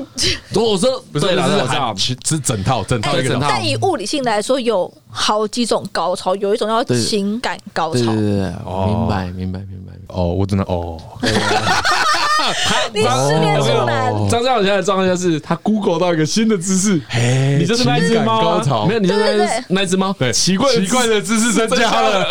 如果我说不是，对不啦是对我知道喊是是整套整套哎一个整套。套但以物理性来说，有好几种高潮，有一种叫对情感高对潮对。对对，哦明白明白明白。哦，我真的哦，你失恋出男，哦张嘉颖现在的状态就是他 Google 到一个新的姿势，嘿你就是那一只猫啊高潮没有，你就是那对一对只那一只猫，对奇怪奇怪的知识增加了。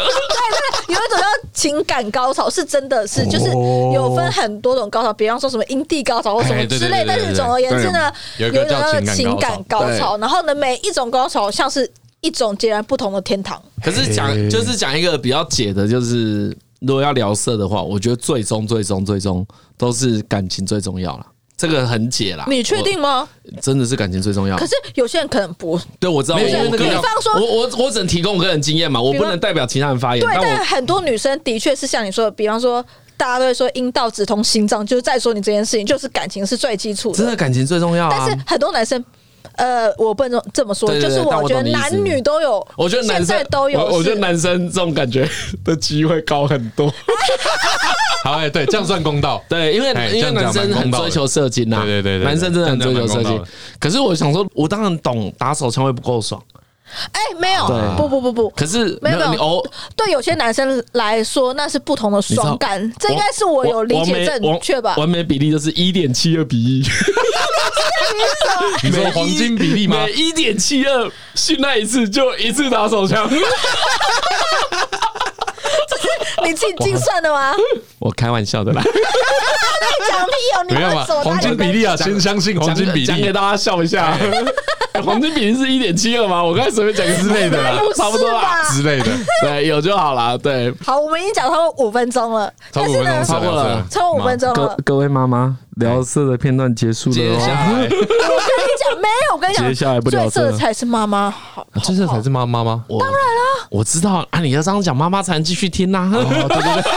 有一种叫情感高潮，是真的是就是哦有分很多种高潮，比方说什么阴蒂高潮或什么哎对之对类。对对但是对总而言之呢，对有有一一个种叫叫情情感感高高潮潮，然后呢，每一种高潮像是一种截然不同的天堂。可是嘿讲就是讲一个比较解的，就是如果要聊色的话，我觉得最终最终最终都是感情最重要啦。这个很解啦。你确定吗？我？啊哎真的是感情最重要可。是有些人可能不对，我知道。没我有我比个人方说我我我只能提供我个人经验嘛，我比不方能代表其他人发言。对，但但我很多女生的确是像你说的，比方说。大家都会说阴道直通心脏，就是在说你这件事情，就是感情是最基础的。真的感情最重要啊但。是很多男生，呃，我不能这么说，对对对就是但我我觉懂得你意思男女都有，我觉得男现生在都有，我我觉得是男生这种感觉的机会高很多。好哎，对，这样算公道。对，因为哎因这为样讲男生蛮很公道的追求射精呐、对对对对对男生真的很追求这射样讲蛮精公道的。可是我想说，我当然懂打手枪会不够爽，哎、没有对，啊不不不不，可是没有你没有偶对有些男生来说那是不同的爽感，这应该是我有理解正确吧？完美比例就是一点七二比 一，你说黄金比例吗？每一点七二训那一次就一次打手 枪。你自己精算的吗？我开玩笑的 啦，你讲屁哦，你没有嘛，问啊什么？黄金比例啊，先相信黄金比讲给例。大家笑一下。哎黄金比例是一点七二吗？我刚才随便讲个之类的啦 不，是差不多啦，吧之类的，对，有就好啦，对。好，我们已经讲超过五分钟了，超但过是五分呢，钟是啊超过了超过五分钟各了。各位妈妈，聊色的片段结束了接哦。下来，我跟你讲，没有，我跟你接下来讲，不聊这最色个的才是妈妈好，好这才是妈妈吗？当然了，我知道啊，你要这样讲，妈妈才能继续听啊呐。哦，对对对，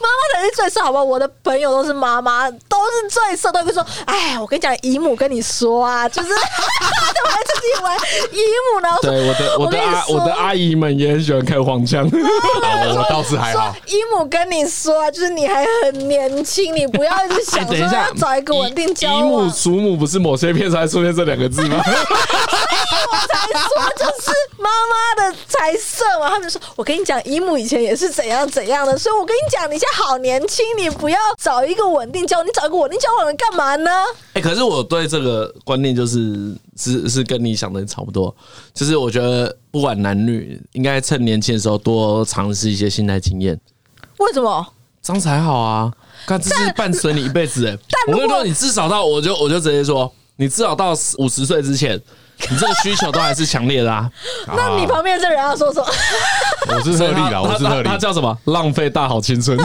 妈妈才是最色，好不好？我的朋友都是妈妈，都是最色，都会说，哎，我跟你讲，姨母跟你说 啊，就是都会自己玩姨母，然后说对，我的 我我跟的啊你阿我的说阿姨们也很喜欢开黄腔。哦我倒是还好说。姨母跟你说啊，就是你还很年轻，你不要一直哎想 说等一下要，找一个稳定交姨往母、，祖母不是某些片才出现这两个字吗？才说就是妈妈的才色嘛。他们说，我跟你讲，姨母以前也是怎样怎样的，所以我跟你讲，你现在好年轻，你不要找一个稳定交往，你找一个稳定交往的干嘛呢？哎、可是我对这个观念就是是是跟你想的差不多，就是我觉得不管男女，应该趁年轻的时候多尝试一些性爱经验，为什么？这样才好啊。看，这是伴随你一辈子哎、但我如跟果你说，你至少到我就我就直接说，你至少到五十岁之前，你这个需求都还是强烈的啊。那你旁边这人要说什么？我是特例啦，我他是特他例他，叫什么？浪费大好青春。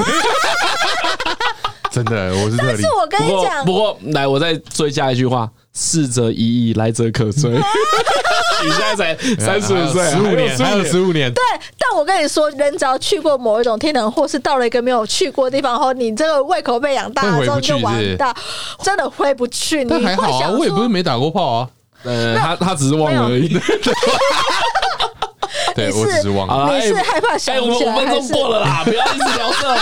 真的，我是特但例是。我跟不你过讲不，过，来我再追加一句话：逝者已矣，来者可追。你现在才三十五岁啊，十五年，哎还有15十五年，对，啊但我跟你说，人只要去过某一种天堂，或是到了一个没有去过的地方后，你这个胃口被养大了会回之后，你就不去是不完是蛋，真的回不去。你但还会好啊，想我也不是说，没打过炮啊。呃，他他只是忘了而已。对，我只是忘了。好啦你是哎害怕想哎，我们起来五分还钟是过了啦，不要一直聊这啦。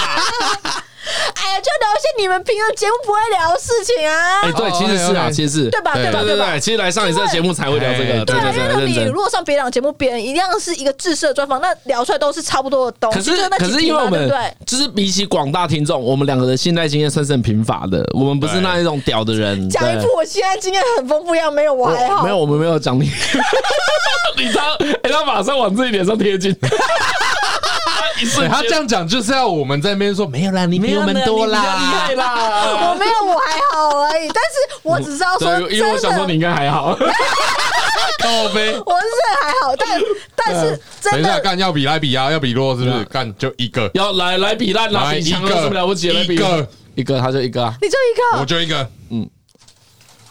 哎呀，就聊一些你们平常节目不会聊的事情啊，哎，对，哦其实是啊， OK，OK 其实是对吧？对对吧？对对吧对，？其实来上你这个节目才会聊这因为个，对对对啊，因为对，那认你真如。果上别档节目，别人一样是一个制式的专访，那聊出来都是差不多的东西。可是哦就那几可是题因嘛为我对们不对就是比起广大听众，我们两个的信赖经验算是很贫乏的，我们不是对那一种屌的人。讲一对部我现在经验很丰富一样，没有我还好，没有，我们没有讲你。 你他哎，他马上往自己脸上贴金。他一对瞬他间这样讲就是要我们在那边说没有啦，你比我们多啦。啦。我没有我还好而已。但是我只知道说，对，因为我想说你应该还好。 靠背，我是还好，但但是等真一下，的干要比来比啊，要比弱是不对是？啊干就一个，要来来比烂啦，来比一强有什个么了不起的？来比一个一个，他就一个啊。你就我一个就一个，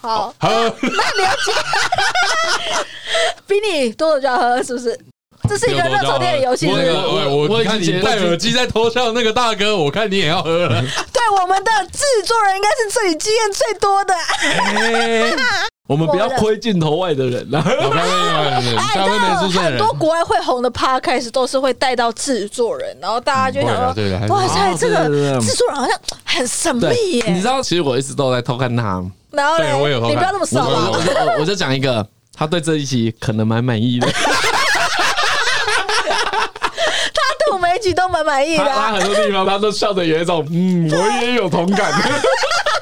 好，好，那了解，比你多的就要喝，是不是？这是一个热炒店的游戏，是我不是我我我我我已经看结你戴耳机在头上那个大哥，我看你也要 喝了。对我们的制作人应该是这里经验最多的。哎我们不要亏镜头外的人啦。啊好不要不要不要哎，下你知面没道出现哎很人多国外会红的 podcast 都是会带到制作人，然后大家就想嗯对的对说，的哇塞，哦这对对个对制作人好像很神对秘，你知耶。道，其实我一直都在偷看他。然后嘞，对我有偷看你不要这么我少我啊我！就我我就讲一个，他对这一集可能蛮满意的。他对我们一集都蛮满意他的他啊。很多地方他都笑的有一种，嗯，我也有同感。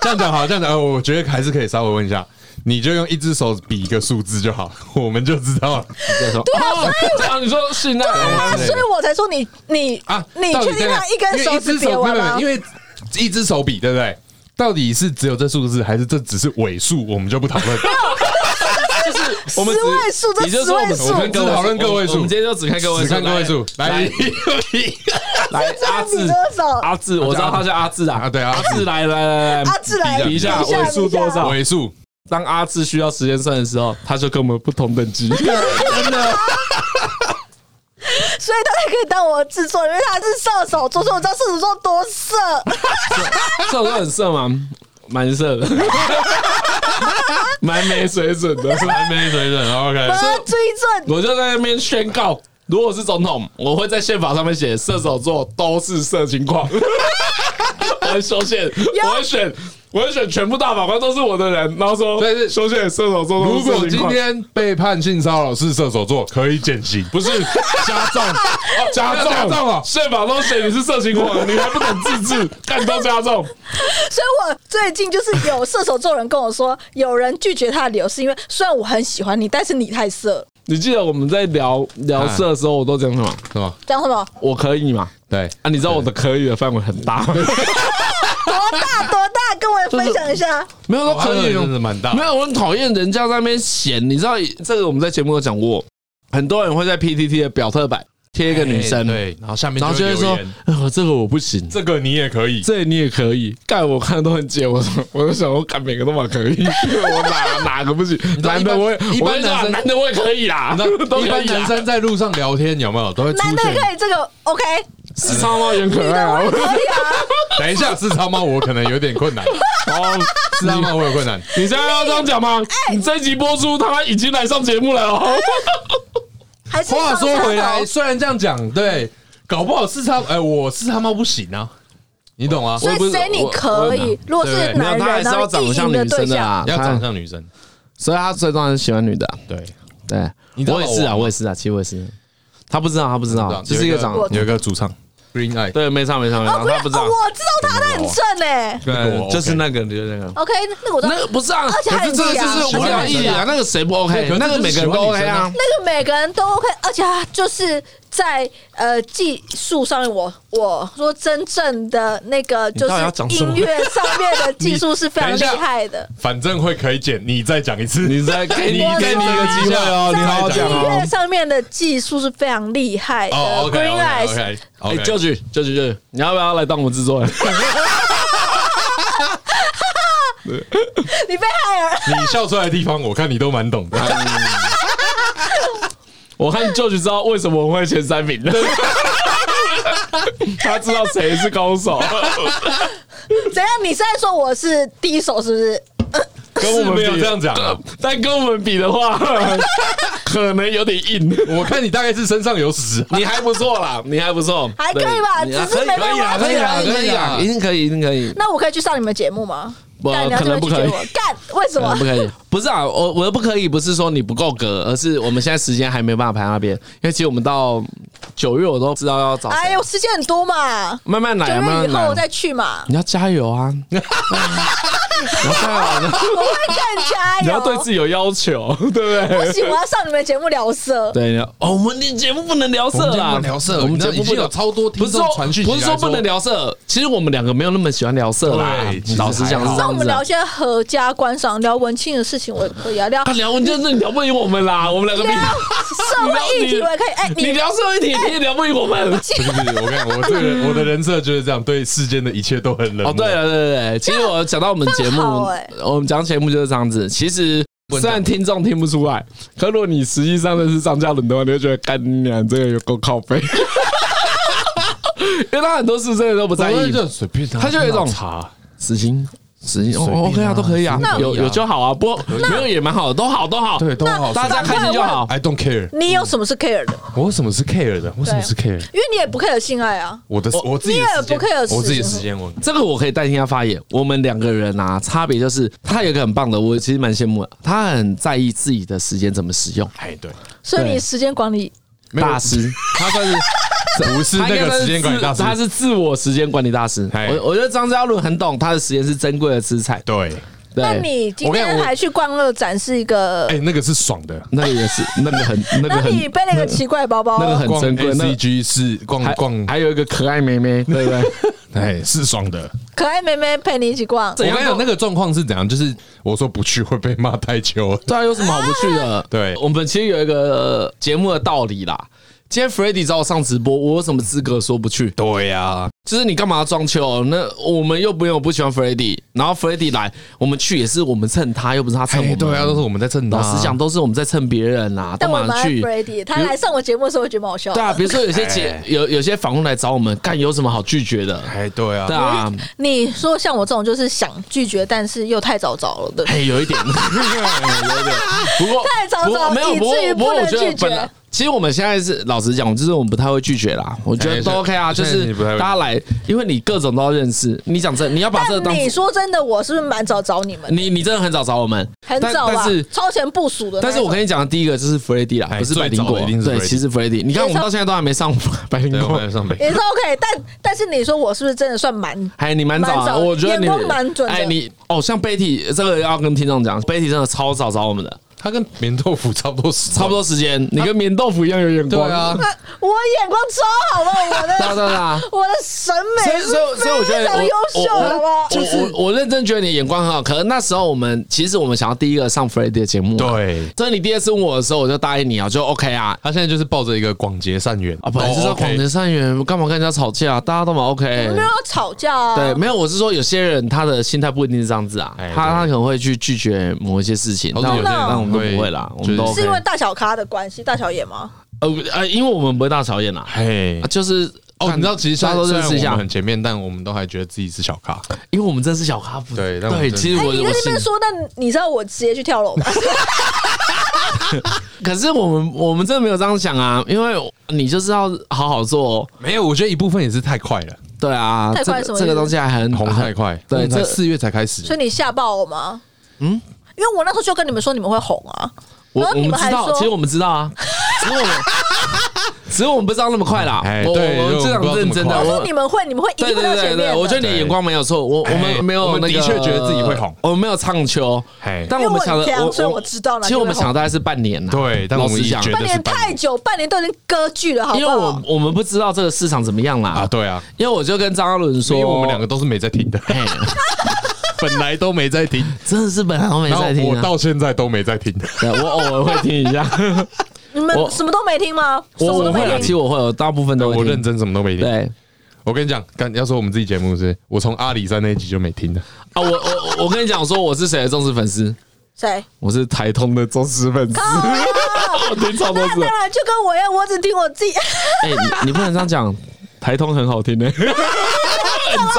这样讲好，这样讲，呃我觉得还是可以稍微问一下，你就用一只手比一个数字就好，我们就知道了。对啊， 这样你说是那啊所以我才说你你啊，你到底确定这样他一根因为手一只指别完没有没吗有？因为一只手比，对不对？到底是只有这数字，还是这只是尾数？我们就不讨论。 我们只十位数这也就是说我们十位数我们只我们只讨论个位数我们今天就只看个位数，只看个位数，来来， 来这阿样比志多少？阿志，我知道他叫阿志啊 啊，，对啊阿，志来来来来，阿志来比一下啊比一下尾数多少？尾数，当阿志需要时间算的时候，他就跟我们不同等级。啊 所以他才可以当我的制作人，因为他是射手座，所以我知道射手座多色。这种都很色吗？蛮色的， 蛮没水准的。完美水准，OK 嗯我。要啊追准我就在那边宣告，如果是总统，我会在宪法上面写射手座都是色情狂。 我会修宪，我会选，我会选全部大法官都是我的人，然后说，但是修宪射手座都如是色果情今狂。天被判性骚扰是射手座，可以减刑，不是加重，加重 啊加重哦宪法都写你是色情狂，你还不懂自 治，干都加重。所以我最近就是有射手座人跟我说，有人拒绝他的理由是因为虽然我很喜欢你，但是你太色。你记得我们在聊聊色的时候，我都讲什么？是吗？讲什么？我可以嘛？对，啊，你知道我的可以的范围很大吗，多大多大？跟我分享一下。 没有说可以，哦真的蛮大没。有，我很讨厌人家在那边闲。你知道这个我们在节目有讲过，很多人会在 PTT 的表特版贴一个女生，哎对，然后下面然后就会会留说言，呃，这个我不行，这个你也可以，这你也可以。干我看都很解，我我就想我干每个都蛮可以， 我哪哪个不 行？道男的一般我也，一般我跟你讲男生男的我也可以啦， 都一可般以啦男生在路上聊天有没有都会出男的现？可以这个 OK，是超猫也很可爱 啊。 等一下，是他猫，我可能有点困难，哦，是他猫我有困难。 你现在要这样讲吗？哎你这一集播出，他已经来上节目了哦。还是哦话说回来，双虽然这样讲，对，搞不好是他，哎，我是他猫不行啊，你懂啊吗？叉头，所以谁你可以？如果是对 不对没有， 男他还是人，然要后长得意像淫女对生的啊啦，象，要他长像女生，所以他最重要是喜欢女的啊、对。对，你知道我也是老啊，王吗我也是啊，其实我也是。他不知道，他不知道，就就是是一一个个长长我有一个主唱 Green Eye，对，没错没错没错，哦，不是，他不知道哦，我知道他，他很正哎。那个我对，就是 OK 那个，就是那个。 OK，那个我知道那，个不是啊，哦而且可还是这个就是很无低啊聊一点啊，那个谁不对 OK，可是那个每个人都就是喜欢 OK 女生啊啊，那个每个人都 OK，而且他就是在呃技术上面，我我说真正的那个就你到底要是讲什么音乐上面的技术是非常等一厉下害的。反正会可以剪，你再讲一次，你再给你我给你一个机会哦， 你好好讲音哦乐。上面的技术是非常厉害的。哦 Green Eyes， ，OK，OK，OK，哎，舅舅舅舅舅，你要不要来当我制作人？你被害了。你笑出来的地方，我看你都蛮懂的。 嗯我看舅舅知道为什么我会前三 名了，他知道谁是高手， 怎样？你现在说我是第一手是不是？跟我们没有这样讲啊，但跟我们比的 话，可能有点硬。我看你大概是身上有屎。你还不错啦，你还不错，还可以吧对你只是可以没办法啊可以啦，可以啦，可以啦，可以啦一定可以，一定可以。那我可以去上你们节目吗？不干你要可这么能不拒绝可以我，干为什么不？可以，不是啊，我我的不可以，不是说你不够格，而是我们现在时间还没办法排那边，因为其实我们到九月我都知道要找谁，哎呦，时间很多嘛，慢慢九来啊，慢月以慢后来我再啊，去嘛。 你要加油啊！你要加油啊，我会更加油。你要对自己有要求， 对不对？不行，我要上你们节目聊色。对，你要哦，我们的节目不能聊色啦，我们节目不能超多不是说不是说不能，聊色，其实我们两个没有那么喜欢聊色啦对其。实老实讲还是这好那我样们子啊聊。一些合家观赏、聊文青的事情，我也可以 啊。聊他聊文就是你聊不赢我们 啦，我们两个比聊社会议题，我也可以。哎，你你聊社会题，你也聊不赢我们。不是不是，我看我这个人我的人设就是这样，对世间的一切都很冷漠。哦，对了，对对对，其实我讲到我们节目这样好欸，我们讲节目就是这样子。其实不能虽然听众听不出来，可如果你实际上认识张嘉伦的话，你会觉得干你娘这个有够靠背， 因为他很多事真的都不在我意。就哎随便啊拿，他就有一种茶，死刑，死刑、随便哦啊，OK 啊，都可以啊随便，啊有有就好啊，不没有也蛮好的，都好都好，对，都好。大家开心就好。 I don't care， 你有什么是 care 的？我什么是 care 的？我什么是 care？因为你也不 care 性爱啊。我的我自己的时间你也不 care 我自己的时时间，我这个我可以代替他发言。我们两个人啊，差别就是他有一个很棒的，我其实蛮羡慕的，他很在意自己的时间怎么使用，哎对，所以对你时间管理没有大师，他算是。不是 他应该那个算时间管理大师，他是自我时间管理大师。哎我我觉得张嘉伦很懂，他的时间是珍贵的资产。对，对，那你今我跟你天讲我还去逛二展是一个，哎那个是爽的。那个也是，那个很，那个 那你很，背了一个奇怪的包包，那个很逛珍贵那 ACG 是逛还逛，还有一个可爱妹 妹，对不对？哎是爽的。可爱妹妹陪你一起逛，我怎样跟你讲都哎那个状况是怎样，就是我说不去会被骂太久。对啊，有什么好不去的？ 对我们其实有一个呃节目的道理啦。今天 f r e d d y 找我上直播，我有什么资格说不去？ 对啊呀，就是你干嘛装秋？那我们又没有不喜欢 f r e d d y 然后 f r e d d y 来，我们去也是我们蹭他，又不是他蹭我哎们。对啊，都是我们在蹭他。老实讲，，都是我们在蹭别人啦，但都我蛮蛮爱去。 Brady，他来上我节目的时候，我觉得蛮好笑的。对啊，比如说有些节哎有有些访问来找我们，干有什么好拒绝的？哎对啊对，啊，你说像我这种就是想拒绝，但是又太早着了，对 不对？哎，有一 点，有一点。不过太早不过找没有，以不过至于不过不我能觉得拒绝本来。其实我们现在是老实讲，就是我们不太会拒绝啦，我觉得哎都是 OK 啊，就现在是你不太会大家来，因为你各种都要认识。你讲真，你要把这个当但你说真的，我是不是蛮早找你们？你你真的很早找我们，很早但吧但是，超前部署的那一种。但是我跟你讲，第一个就是 f r e d d y 啦，哎不是百灵最早果的一定，是对， Freddy 其实 f r e d d y 你看我们到现在都还没上百灵 对，我果们，在上北。也是 OK，但但是你说我是不是真的算蛮？ 哎，你蛮早蛮啊，早我觉得你眼光蛮准的哎，你哦，像 Betty 这个要跟听众讲，Betty 真的超早找我们的，他跟棉豆腐差不多时，差不多时间，你跟棉豆腐一样有眼啊对光。 啊，那我眼光超好了，我对啊，的对啊对 啊。我的审所美以，所以，所以我觉非得常我优秀我好不好我就是我，我认真觉得你的眼光很好。可能那时候我们其实我们想要第一个上 f r e d d y 的节目，。对。所以你第二次问我的时候，我就答应你啊，就 OK 啊。他现哦在就是抱着一个广结善缘啊，本来就是要广结善缘，干嘛跟人家吵架？啊大家都蛮 OK 我。没有要吵架啊。对，没有，我是说有些人他的心态不一定是这样子啊，哎他对哦他可能会去拒绝某一些事情，或者但有我些人但我们都会不会啦，我就们是都 OK 是因为大小咖的关系，大小眼吗？呃呃，因为我们不会大小眼啦，嘿啊，就是哦，你知道其实大大家都家都认认识识一一下下很，前面，但我们都还觉得自己是小咖。因为我们真的是小咖不对但我对，们真的其实哎，我你我在这边是，说，那你知道我直接去跳 楼吗？可是我们我们真的没有这样想啊，因为你就是要好好做，哦没有，我觉得一部分也是太快了，对啊，太这快个什么意这思个东西还很红太快很。对，我们才这四月才开始，所以你吓爆我吗？嗯，因为我那时候就跟你们说你们会红啊，我然后我你们们知还 道，其实说我们知道啊，只是我们只是我们不知道那么快啦。哎我对我们这样认真的，我们不知道这么快说我你们会，你们会一对定对会到对前面对，的。我觉得你的眼光没有错，我我哎们没有我们那个的确觉得自己会红我们没有唱秋，哎但因为我们我想很强的，所以我知道哪其实天我们会想的大概是半年呐，对但老我们实也讲觉，得半年太久，半年都已经割据了，好因不为好我？我们不知道这个市场怎么样啊，啦。对啊，因为我就跟张嘉伦因说，为我们两个都是没在听的，嘿 本来都没在听，真的是本来我没然后在听我啊，到现在都没在听的。对我偶尔会听 一下，你们我什么都没听吗？什我么都我会没啊，听其。实我会，我大部分都会我听认真什么都没听。对我跟你讲，刚要说我们自己节目是，我从阿里山那一集就没听 的。啊，我我我跟你讲，说我是谁的忠实粉丝，谁？我 是台通的忠实粉丝，啊 我听超多啊那次了。当然就跟我一样，我只听我自己。 哎、你你不能这样讲，台通很好听的、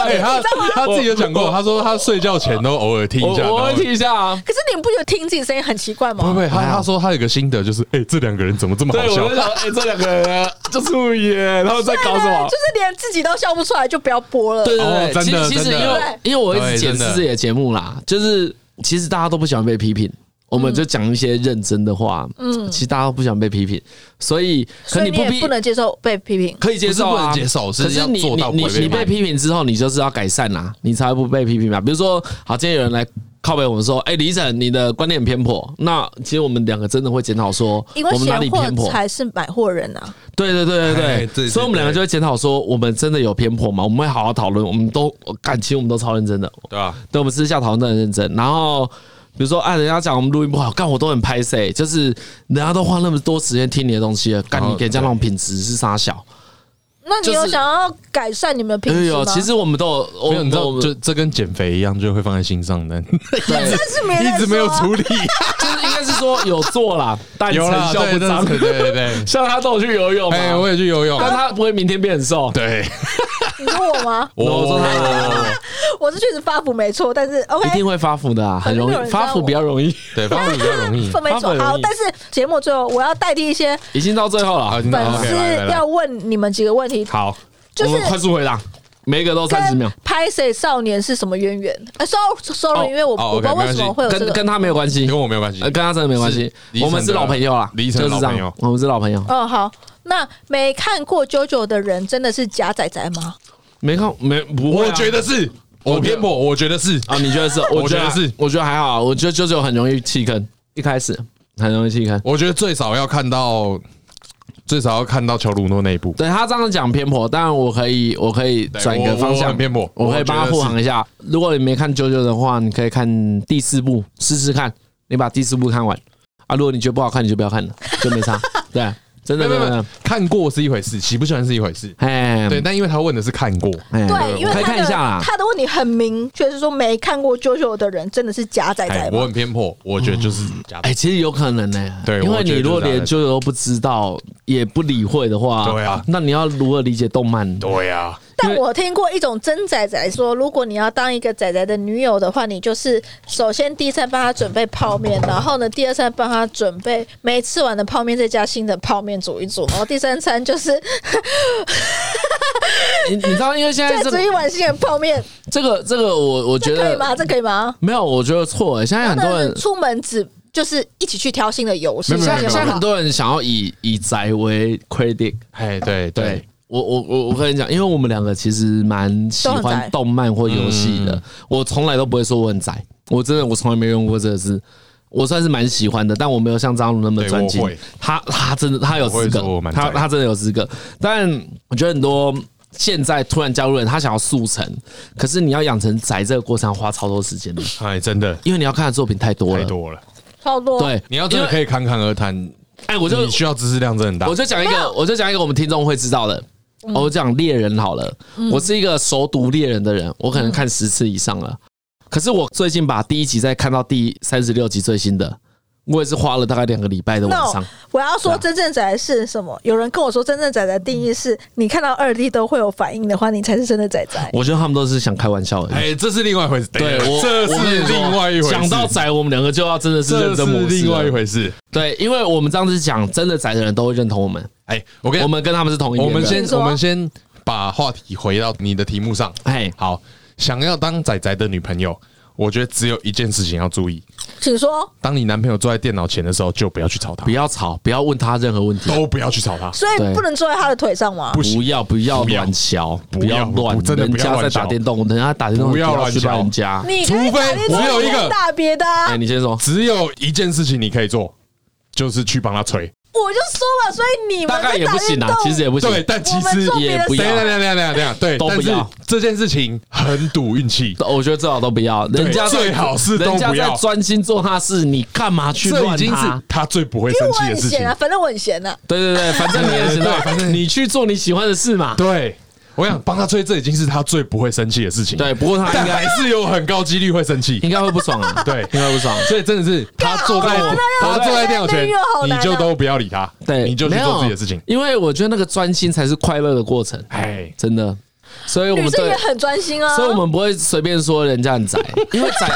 对哎他他自己有讲过，他说他睡觉前都偶尔听我一下。我会然后听一下啊。可是你们不觉得听自己声音很奇怪吗？不会，他还好他说他有个心得，就是哎、这两个人怎么这么哎对，好我笑就？想，哎、这两个人就是不一耶，他们在搞什对啊么 就？是连自己都笑不出来，就不要播了。对哦对对，真其的实其实真因的为因为我一对直检真的视自己的节目啦，就是其实大家都不喜欢被批评。我嗯们就讲一些认真的话，嗯，其实大家都不喜欢被批评，所以可所以你你不也批不能接受被批评。可以接受、啊，不是不能接受是可是要你做到你你不会被你被骂批评之后，你就是要改善啦、啊你才会不被批评嘛。比如说，好，今天有人来靠背我们说，哎、李晨，你的观念很偏颇。那其实我们两个真的会检讨说，因为我们哪里闲货偏颇？才是买货人啊！对对对对哎对对，对所以我们两个就会检讨说，我们真的有偏颇吗？我们会好好讨论，我们都感情我们都超认真的，对啊吧？对，我们私下讨论都很认真。然后比如说啊，人家讲我们录音不好，干我都很拍谁，就是人家都花那么多时间听你的东西了，干然你后给人家那种品质是啥小？那你就有是想要改善你们的品哎质呦，吗？其实我们都有，我没有，你知我道，们就这跟减肥一样，就会放在心上的， 对，是没人 一直没有说 啊处理。就是应该是说有做 啦，但有成啦，效不对彰。对对 对对。像他都有去游泳哎，嘛，我也去游泳。但他不会明天变很瘦。 对，？你说我吗哦我说他我是确实发福没错，但是 OK，一 定会发福的啊，很容可是没有易人知道我发福比较容易，对，发挥比较容易。分没发错福。好容，易但是节目最后我要代替一些已经到最后了好，。粉那嗯 OK，丝来来来要问你们几个问题，好，就我是们快速回答，每一个都三十秒跟，拍谁少年是什么渊源？哎，sorry，sorry，哦因为我哦我不知道 OK，为什么会有这跟个。跟他没有关系，跟我没有关系呃，。跟他真的没关系是李，晨我们是的老朋友啦，李晨的就是这老朋样友，我们是老朋友。哦，好，那没看过《JoJo 的人真的是假仔仔吗？没看没不会啊，我觉得是，我偏颇，我觉得是。啊，你觉得是？我觉得是我觉得还好啊，我觉得九九很容易弃坑，一开始很容易弃坑。我觉得最少要看到，最少要看到乔鲁诺那一步。对他这样讲偏颇，但我可以，我可以转一个方我我向很偏颇我可以帮他护航一下。如果你没看九九的话，你可以看第四部试试看，你把第四部看完啊。如果你觉得不好看，你就不要看了，就没 差。对，真的没真有没的有，，看过是一回事，喜不喜欢是一回事。哎，对，但因为他问的是看过，哎对，因为可以他看一的下啦。他的问题很明确，是说没看过《JoJo 的人真的是假仔哎仔，我吗？很偏颇，我觉得就是假的哎，。其实有可能呢、对因为我觉你得如果连就是九九都不知道，也不理会的话，对啊那你要如何理解动漫？对啊呀，但我听过一种真仔仔说，如果你要当一个仔仔的女友的话，你就是首先第一餐帮他准备泡面，然后呢，第二餐帮他准备没吃完的泡面，再加新的泡面煮一煮，然后第三餐就是你你知道，因为现在再这煮个一碗新的泡面，这个这个，我我觉这可以得吗？这可以吗？没有，我觉得错、欸。现在很多人那出门只就是一起去挑新的油，是没有不现在是没有没有现在很多人想要以以宅为 credit，哎，对对对，我我我我跟你讲，因为我们两个其实蛮喜都很欢宅动漫或游戏嗯的，我从来都不会说我很宅，我真的我从来没用过这个字。我算是蛮喜欢的，但我没有像张鲁那么对专精我会。他他真的他有我资会说格我，蛮宅他他真的有资格。但我觉得很多现在突然加入人，他想要速成，可是你要养成宅这个过程要花超多时间的，哎，真的因为你要看的作品太多太了。多了。超多。对，你要真因的为可以侃侃而谈，哎，我就你需要知识量真的很大我。就讲一个，我就讲一个我们听众会知道的。哦我讲猎人好了，我是一个熟读猎人的人，我可能看十次以上了。可是我最近把第一集再看到第三十六集最新的，我也是花了大概两个礼拜的晚 no，上。我要对说啊真正宅是什么？有人跟我说真正宅的定义是，你看到二 D 都会有反应的话，你才是真的宅宅。我觉得他们都是想开玩笑而已。哎，这是另外一回事。对我，这我跟是你说另外一回事。想到宅，我们两个就要真的是认这是真模式。另外一。回事。对，因为我们这样子讲，真的宅的人都会认同我们，哎，我跟你我们跟他们是同一边我的。们先你说我们先把话题回到你的题目上。哎好，想要当仔仔的女朋友，我觉得只有一件事情要注意：请说。当你男朋友坐在电脑前的时候，就不要去吵他不，要吵，不要问他任何问题，都不要去吵他。所对以不能坐在他的腿上吗？不行不要不要不要乱敲，不要要乱不，真的人不要家乱在打敲电动，人家打电动不要你乱去敲人家。你啊可以除非打电动只有一个去打别的啊、哎，你先说，只有一件事情你可以做，就是去帮他吹。我就说了，所以你们大概在也打不行电啊，动其实也不行。对，但其我们实做也别也的不事要等一下等一下等一下等一下等一下，对，都不但是要这件事情很赌运气。我觉得最好都不要，人家在最好是都人不要家在专心做他的事，你干嘛去这乱已经他是？他最不会因为生我气的很事情闲。啊，反正我很闲啊。对对 对，反正你也是对反正你去做你喜欢的事嘛。对，我想帮他吹，这已经是他最不会生气的事情。对，，不过他但应该还是有很高几率会生气。应该会不爽啊。 对应该不爽。所以真的是他坐在好难啊他坐在电脑前那个好，你难啊就都不要理他，对，你就去没有做自己的事情。因为我觉得那个专心才是快乐的过程，哎， 真的。所以我女们生对也，很专心啊，所以我们不会随便说人家很宅，因为宅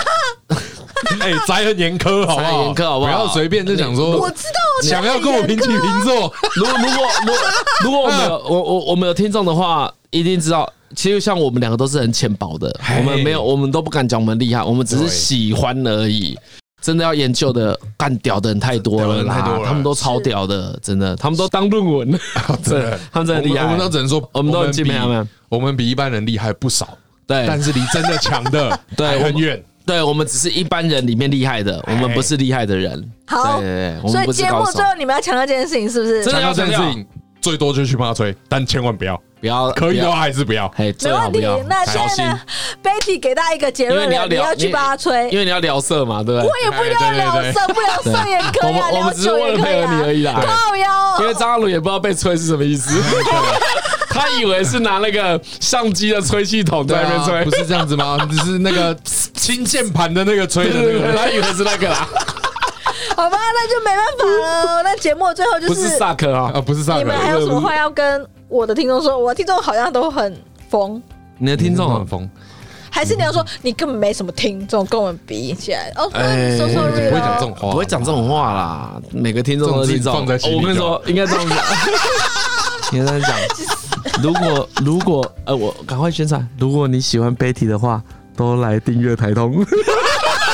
哎，宅很 严苛，好不宅很好？严苛好不好要随便就想你说，我知道我想要跟我平起平 坐，如果如果如果如果我们有我我我们有听众的话，一定知道。其实像我们两个都是很浅薄的，嘿我们没有，我们都不敢讲我们厉害，我们只是对喜欢而已。真的要研究的，干屌的人太多了屌的人太多啦，了哦他们都超屌的，真的，他们都当论文了，真 的，他们真的厉害。我们都只能说，我们都很敬佩他们比我们比一般人厉害不少，对，但是离真的强的哎 对还我们很远。对我们只是一般人里面厉害的，我们不是厉害的人。好对对对，我所们以不是节高目手最，后你们要强调这件事情是不是真？的强要调这件强调事情，最多就去帮他吹，但千万不要，不要可以哦的不要话还是不要。嘿，没最好问不题要，。那小现心在，呢，Betty 给大家一个结因为论你了，要你聊，要去帮他吹，因为你要聊色嘛，对不对我？也不一定要聊色，不聊色也可我以们啊，我聊们只是酒为也了可配以合你而啊。已啦。靠腰，因为张阿鲁也不知道被吹是什么意 思，他以为是拿那个相机的吹气筒在那边吹不，是这样子吗？ 只是那个轻键盘的那个吹对的对对，那个，他以为是那个 啦，好吧，那就没办法了。那节目最后就不是萨克啊。啊，不是上你个们还有什么话要跟我的听众说？我的听众好像都很疯，你的听众很疯，还是你嗯要说你根本没什么听众，跟我们比起来，哦，哎 so 不 sorry 会讲这了。种话，不会讲这种话啦，每个听众都是听众。这种事情放在心里我跟你说，应该这样讲， 应该这样讲。如果如果呃，我赶快宣传，如果你喜欢 Betty 的话，都来订阅台通，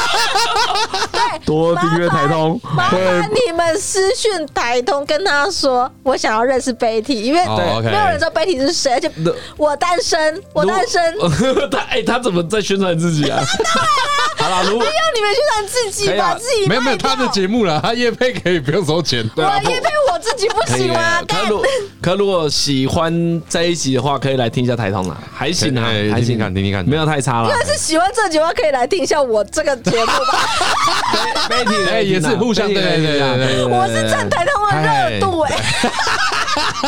对，多订阅台通麻会。烦你们私讯台通，跟他说我想要认识 Betty，因为哦，OK 没有人知道 Betty 是谁，而且那我单身，我单身，如果 他哎、他怎么在宣传自己啊？好啦，如果让你们宣传自己呃可以啊吧，自己没有没有卖掉他的节目了，他叶配可以不用收钱，对啊我也配我自己不可以啊行可吗？啊干如可如果喜欢这一集的话，可以来听一下台通啦，还行啊可以，哎还行听听看听听看没有太差啦。但是喜欢这集的话，可以来听一下我这个节目吧。 Betty 哎也是互相哎对对哎对对对我是站台通的热度哎、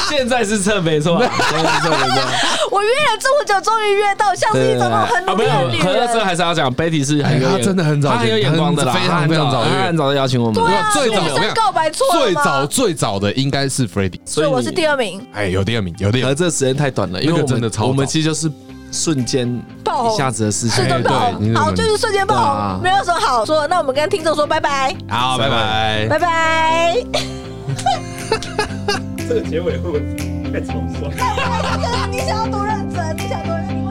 现在是蹭没错 啊，现在是蹭没错啊。我约了这么久，终于约到，像是一种那种很努啊，没力的有，女可是这人。还是要讲，Betty 是很哎有眼她真的很早她很有就眼光的啦，很非常她很非常早早就她很早就邀请我们对了，啊，最早女我跟生你讲告白错了最吗早最早的应该是 f r e d d y 所以我是第二，二名，哎，有第二名，有第可二是呃名，这个时间太短了，因为那我个们真的超早我们其实就是瞬间爆红一下子的事情瞬，间爆哎对红，你怎么好，就是瞬间爆对啊红，没有什么好说的。那我们跟听众说拜拜，好，拜拜。拜拜。 这个结尾会不会太草率？ 你想要多认真？你想多认真？